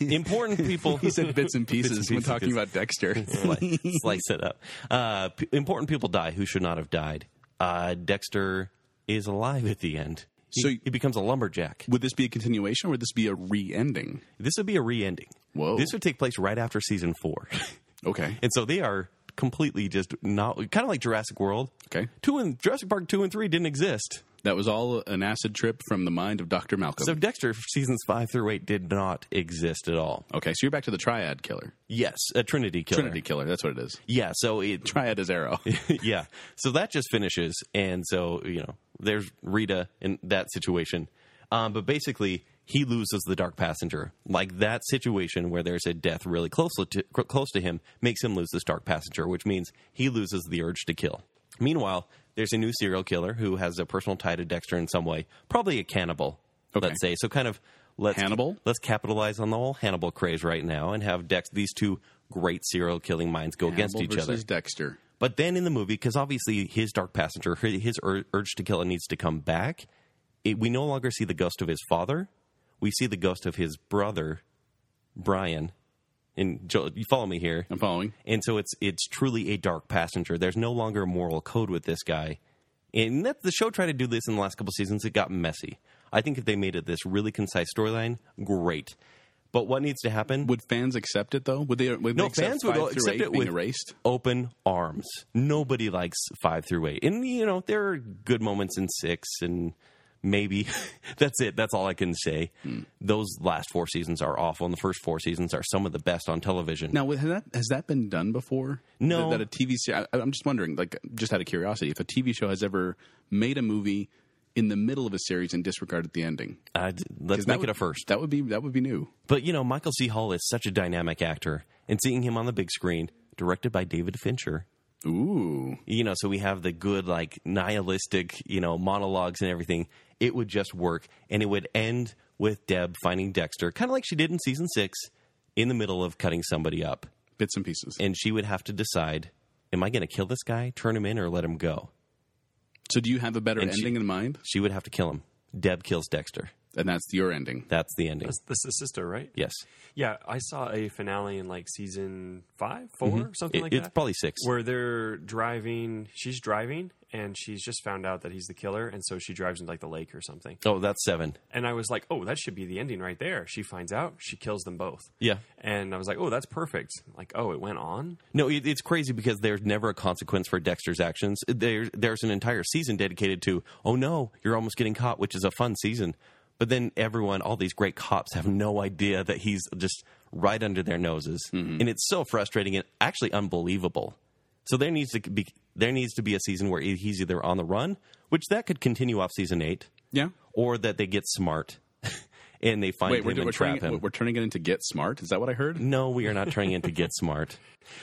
[SPEAKER 2] Important people.
[SPEAKER 3] He said bits and pieces
[SPEAKER 2] and
[SPEAKER 3] when
[SPEAKER 2] pieces.
[SPEAKER 3] talking about Dexter.
[SPEAKER 2] slice, slice it up. Uh, p- important people die who should not have died. Uh, Dexter is alive at the end. He-
[SPEAKER 3] So-
[SPEAKER 2] he becomes a lumberjack.
[SPEAKER 3] would this be a continuation or would this be a re-ending?
[SPEAKER 2] This would be a re-ending.
[SPEAKER 3] Whoa.
[SPEAKER 2] This would take place right after season four.
[SPEAKER 3] Okay.
[SPEAKER 2] And so they are completely just not kind of like Jurassic World.
[SPEAKER 3] Okay.
[SPEAKER 2] Two and Jurassic Park two and three didn't exist.
[SPEAKER 3] That was all an acid trip from the mind of Dr. Malcolm.
[SPEAKER 2] So Dexter seasons five through eight did not exist at all.
[SPEAKER 3] okay, so you're back to the triad killer.
[SPEAKER 2] Yes, a Trinity killer.
[SPEAKER 3] Trinity killer, that's what it is.
[SPEAKER 2] Yeah, so it
[SPEAKER 3] Triad is arrow.
[SPEAKER 2] yeah. So that just finishes and so, you know, there's Rita in that situation. Um, but basically he loses the dark passenger. Like that situation where there's a death really close to, close to him makes him lose this dark passenger, which means he loses the urge to kill. Meanwhile, there's a new serial killer who has a personal tie to Dexter in some way, probably a cannibal,
[SPEAKER 3] Okay.
[SPEAKER 2] let's say. So kind of let's
[SPEAKER 3] Hannibal?
[SPEAKER 2] Let's capitalize on the whole Hannibal craze right now and have Dex these two great serial killing minds go against
[SPEAKER 3] Hannibal
[SPEAKER 2] each other.
[SPEAKER 3] versus Dexter.
[SPEAKER 2] But then in the movie, because obviously his dark passenger, his his ur- urge to kill, needs to come back. It, we no longer see the ghost of his father. We see the ghost of his brother, Brian. And Joel, you follow me here.
[SPEAKER 3] I'm following.
[SPEAKER 2] And so it's it's truly a dark passenger. There's no longer a moral code with this guy. And that the show tried to do this in the last couple seasons. It got messy. I think if they made it this really concise storyline, great. But what needs to happen?
[SPEAKER 3] Would fans accept it though? Would they? Would
[SPEAKER 2] No,
[SPEAKER 3] they accept
[SPEAKER 2] fans would
[SPEAKER 3] five
[SPEAKER 2] all
[SPEAKER 3] through
[SPEAKER 2] accept
[SPEAKER 3] eight
[SPEAKER 2] it
[SPEAKER 3] being
[SPEAKER 2] with-
[SPEAKER 3] erased.
[SPEAKER 2] open arms. Nobody likes five through eight. And, you know, there are good moments in six, and maybe that's it. That's all I can say.
[SPEAKER 3] Hmm.
[SPEAKER 2] Those last four seasons are awful, and the first four seasons are some of the best on television.
[SPEAKER 3] Now, has that has that been done before?
[SPEAKER 2] No.
[SPEAKER 3] that, that a TV series. I'm just wondering, like, just out of curiosity, if a TV show has ever made a movie in the middle of a series and disregarded the ending.
[SPEAKER 2] I'd- let's
[SPEAKER 3] 'Cause that
[SPEAKER 2] make
[SPEAKER 3] would-
[SPEAKER 2] it a first.
[SPEAKER 3] That would be that would be new.
[SPEAKER 2] But, you know, Michael C. Hall is such a dynamic actor, and seeing him on the big screen, directed by David Fincher,
[SPEAKER 3] Ooh,
[SPEAKER 2] you know, so we have the good, like nihilistic, you know, monologues and everything. It would just work, and it would end with Deb finding Dexter, kind of like she did in season six, in the middle of cutting somebody up,
[SPEAKER 3] bits and pieces.
[SPEAKER 2] and she would have to decide: Am I going to kill this guy, turn him in, or let him go?
[SPEAKER 3] so, do you have a better
[SPEAKER 2] and
[SPEAKER 3] ending
[SPEAKER 2] she-
[SPEAKER 3] in mind?
[SPEAKER 2] She would have to kill him. Deb kills Dexter.
[SPEAKER 3] And that's your ending.
[SPEAKER 2] That's the ending.
[SPEAKER 4] That's, that's the sister, right?
[SPEAKER 2] yes,
[SPEAKER 4] Yeah, I saw a finale in like season five, 4 something
[SPEAKER 2] It-
[SPEAKER 4] like
[SPEAKER 2] it's
[SPEAKER 4] that.
[SPEAKER 2] probably six.
[SPEAKER 4] where they're driving. She's driving, and she's just found out that he's the killer, and so she drives into like the lake or something.
[SPEAKER 2] Oh, that's seven.
[SPEAKER 4] And I was like, oh, that should be the ending right there. She finds out, she kills them both.
[SPEAKER 2] Yeah.
[SPEAKER 4] And I was like, oh, that's perfect. Like, oh, it went on.
[SPEAKER 2] No, it, it's crazy because there's never a consequence for Dexter's actions. There, there's an entire season dedicated to, oh no, you're almost getting caught, which is a fun season. But then everyone, all these great cops, have no idea that he's just right under their noses,
[SPEAKER 3] Mm-hmm.
[SPEAKER 2] and it's so frustrating and actually unbelievable. So there needs to be there needs to be a season where he's either on the run, which that could continue off season eight,
[SPEAKER 3] Yeah.
[SPEAKER 2] or that they get smart and they find
[SPEAKER 3] Wait, we're,
[SPEAKER 2] him
[SPEAKER 3] we're,
[SPEAKER 2] and trap
[SPEAKER 3] turning,
[SPEAKER 2] him. Mm-hmm.
[SPEAKER 3] we're turning it into Get Smart. Is that what I heard?
[SPEAKER 2] No, we are not turning it to Get Smart.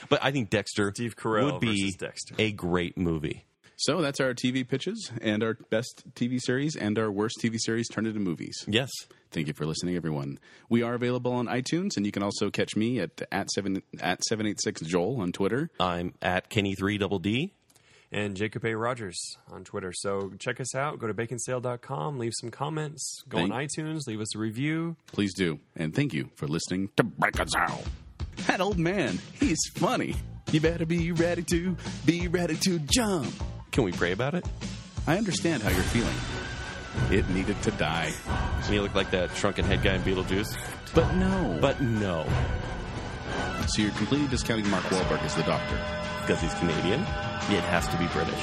[SPEAKER 2] But I think Dexter
[SPEAKER 4] Steve Carell
[SPEAKER 2] would be
[SPEAKER 4] versus Dexter.
[SPEAKER 2] a great movie.
[SPEAKER 3] So that's our TV pitches and our best TV series and our worst TV series turned into movies.
[SPEAKER 2] Yes.
[SPEAKER 3] Thank you for listening, everyone. We are available on iTunes, and you can also catch me at at seven at seven eight six Joel on Twitter.
[SPEAKER 2] I'm at Kenny3 Double D.
[SPEAKER 4] And Jacob A. Rogers on Twitter. So check us out. Go to baconsale.com, leave some comments, go on iTunes, leave us a review.
[SPEAKER 3] Please do, and thank you for listening.
[SPEAKER 1] To bacon sale.
[SPEAKER 3] That old man, he's funny. You better be ready to be ready to jump.
[SPEAKER 2] Can we pray about it?
[SPEAKER 3] I understand how you're feeling. It needed to die,
[SPEAKER 2] And he looked like that shrunken head guy in Beetlejuice.
[SPEAKER 3] but no,
[SPEAKER 2] But no.
[SPEAKER 3] So you're completely discounting Mark Wahlberg as the Doctor,
[SPEAKER 2] because he's Canadian. It has to be British.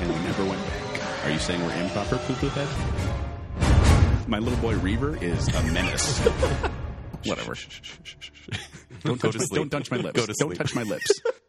[SPEAKER 3] and we never went back. Are you saying we're improper poo poo head? My little boy Reaver is a menace. Whatever. Don't
[SPEAKER 2] Go
[SPEAKER 3] touch,
[SPEAKER 2] to
[SPEAKER 3] my,
[SPEAKER 2] sleep.
[SPEAKER 3] don't touch my lips.
[SPEAKER 2] Go to
[SPEAKER 3] don't
[SPEAKER 2] sleep.
[SPEAKER 3] touch my lips.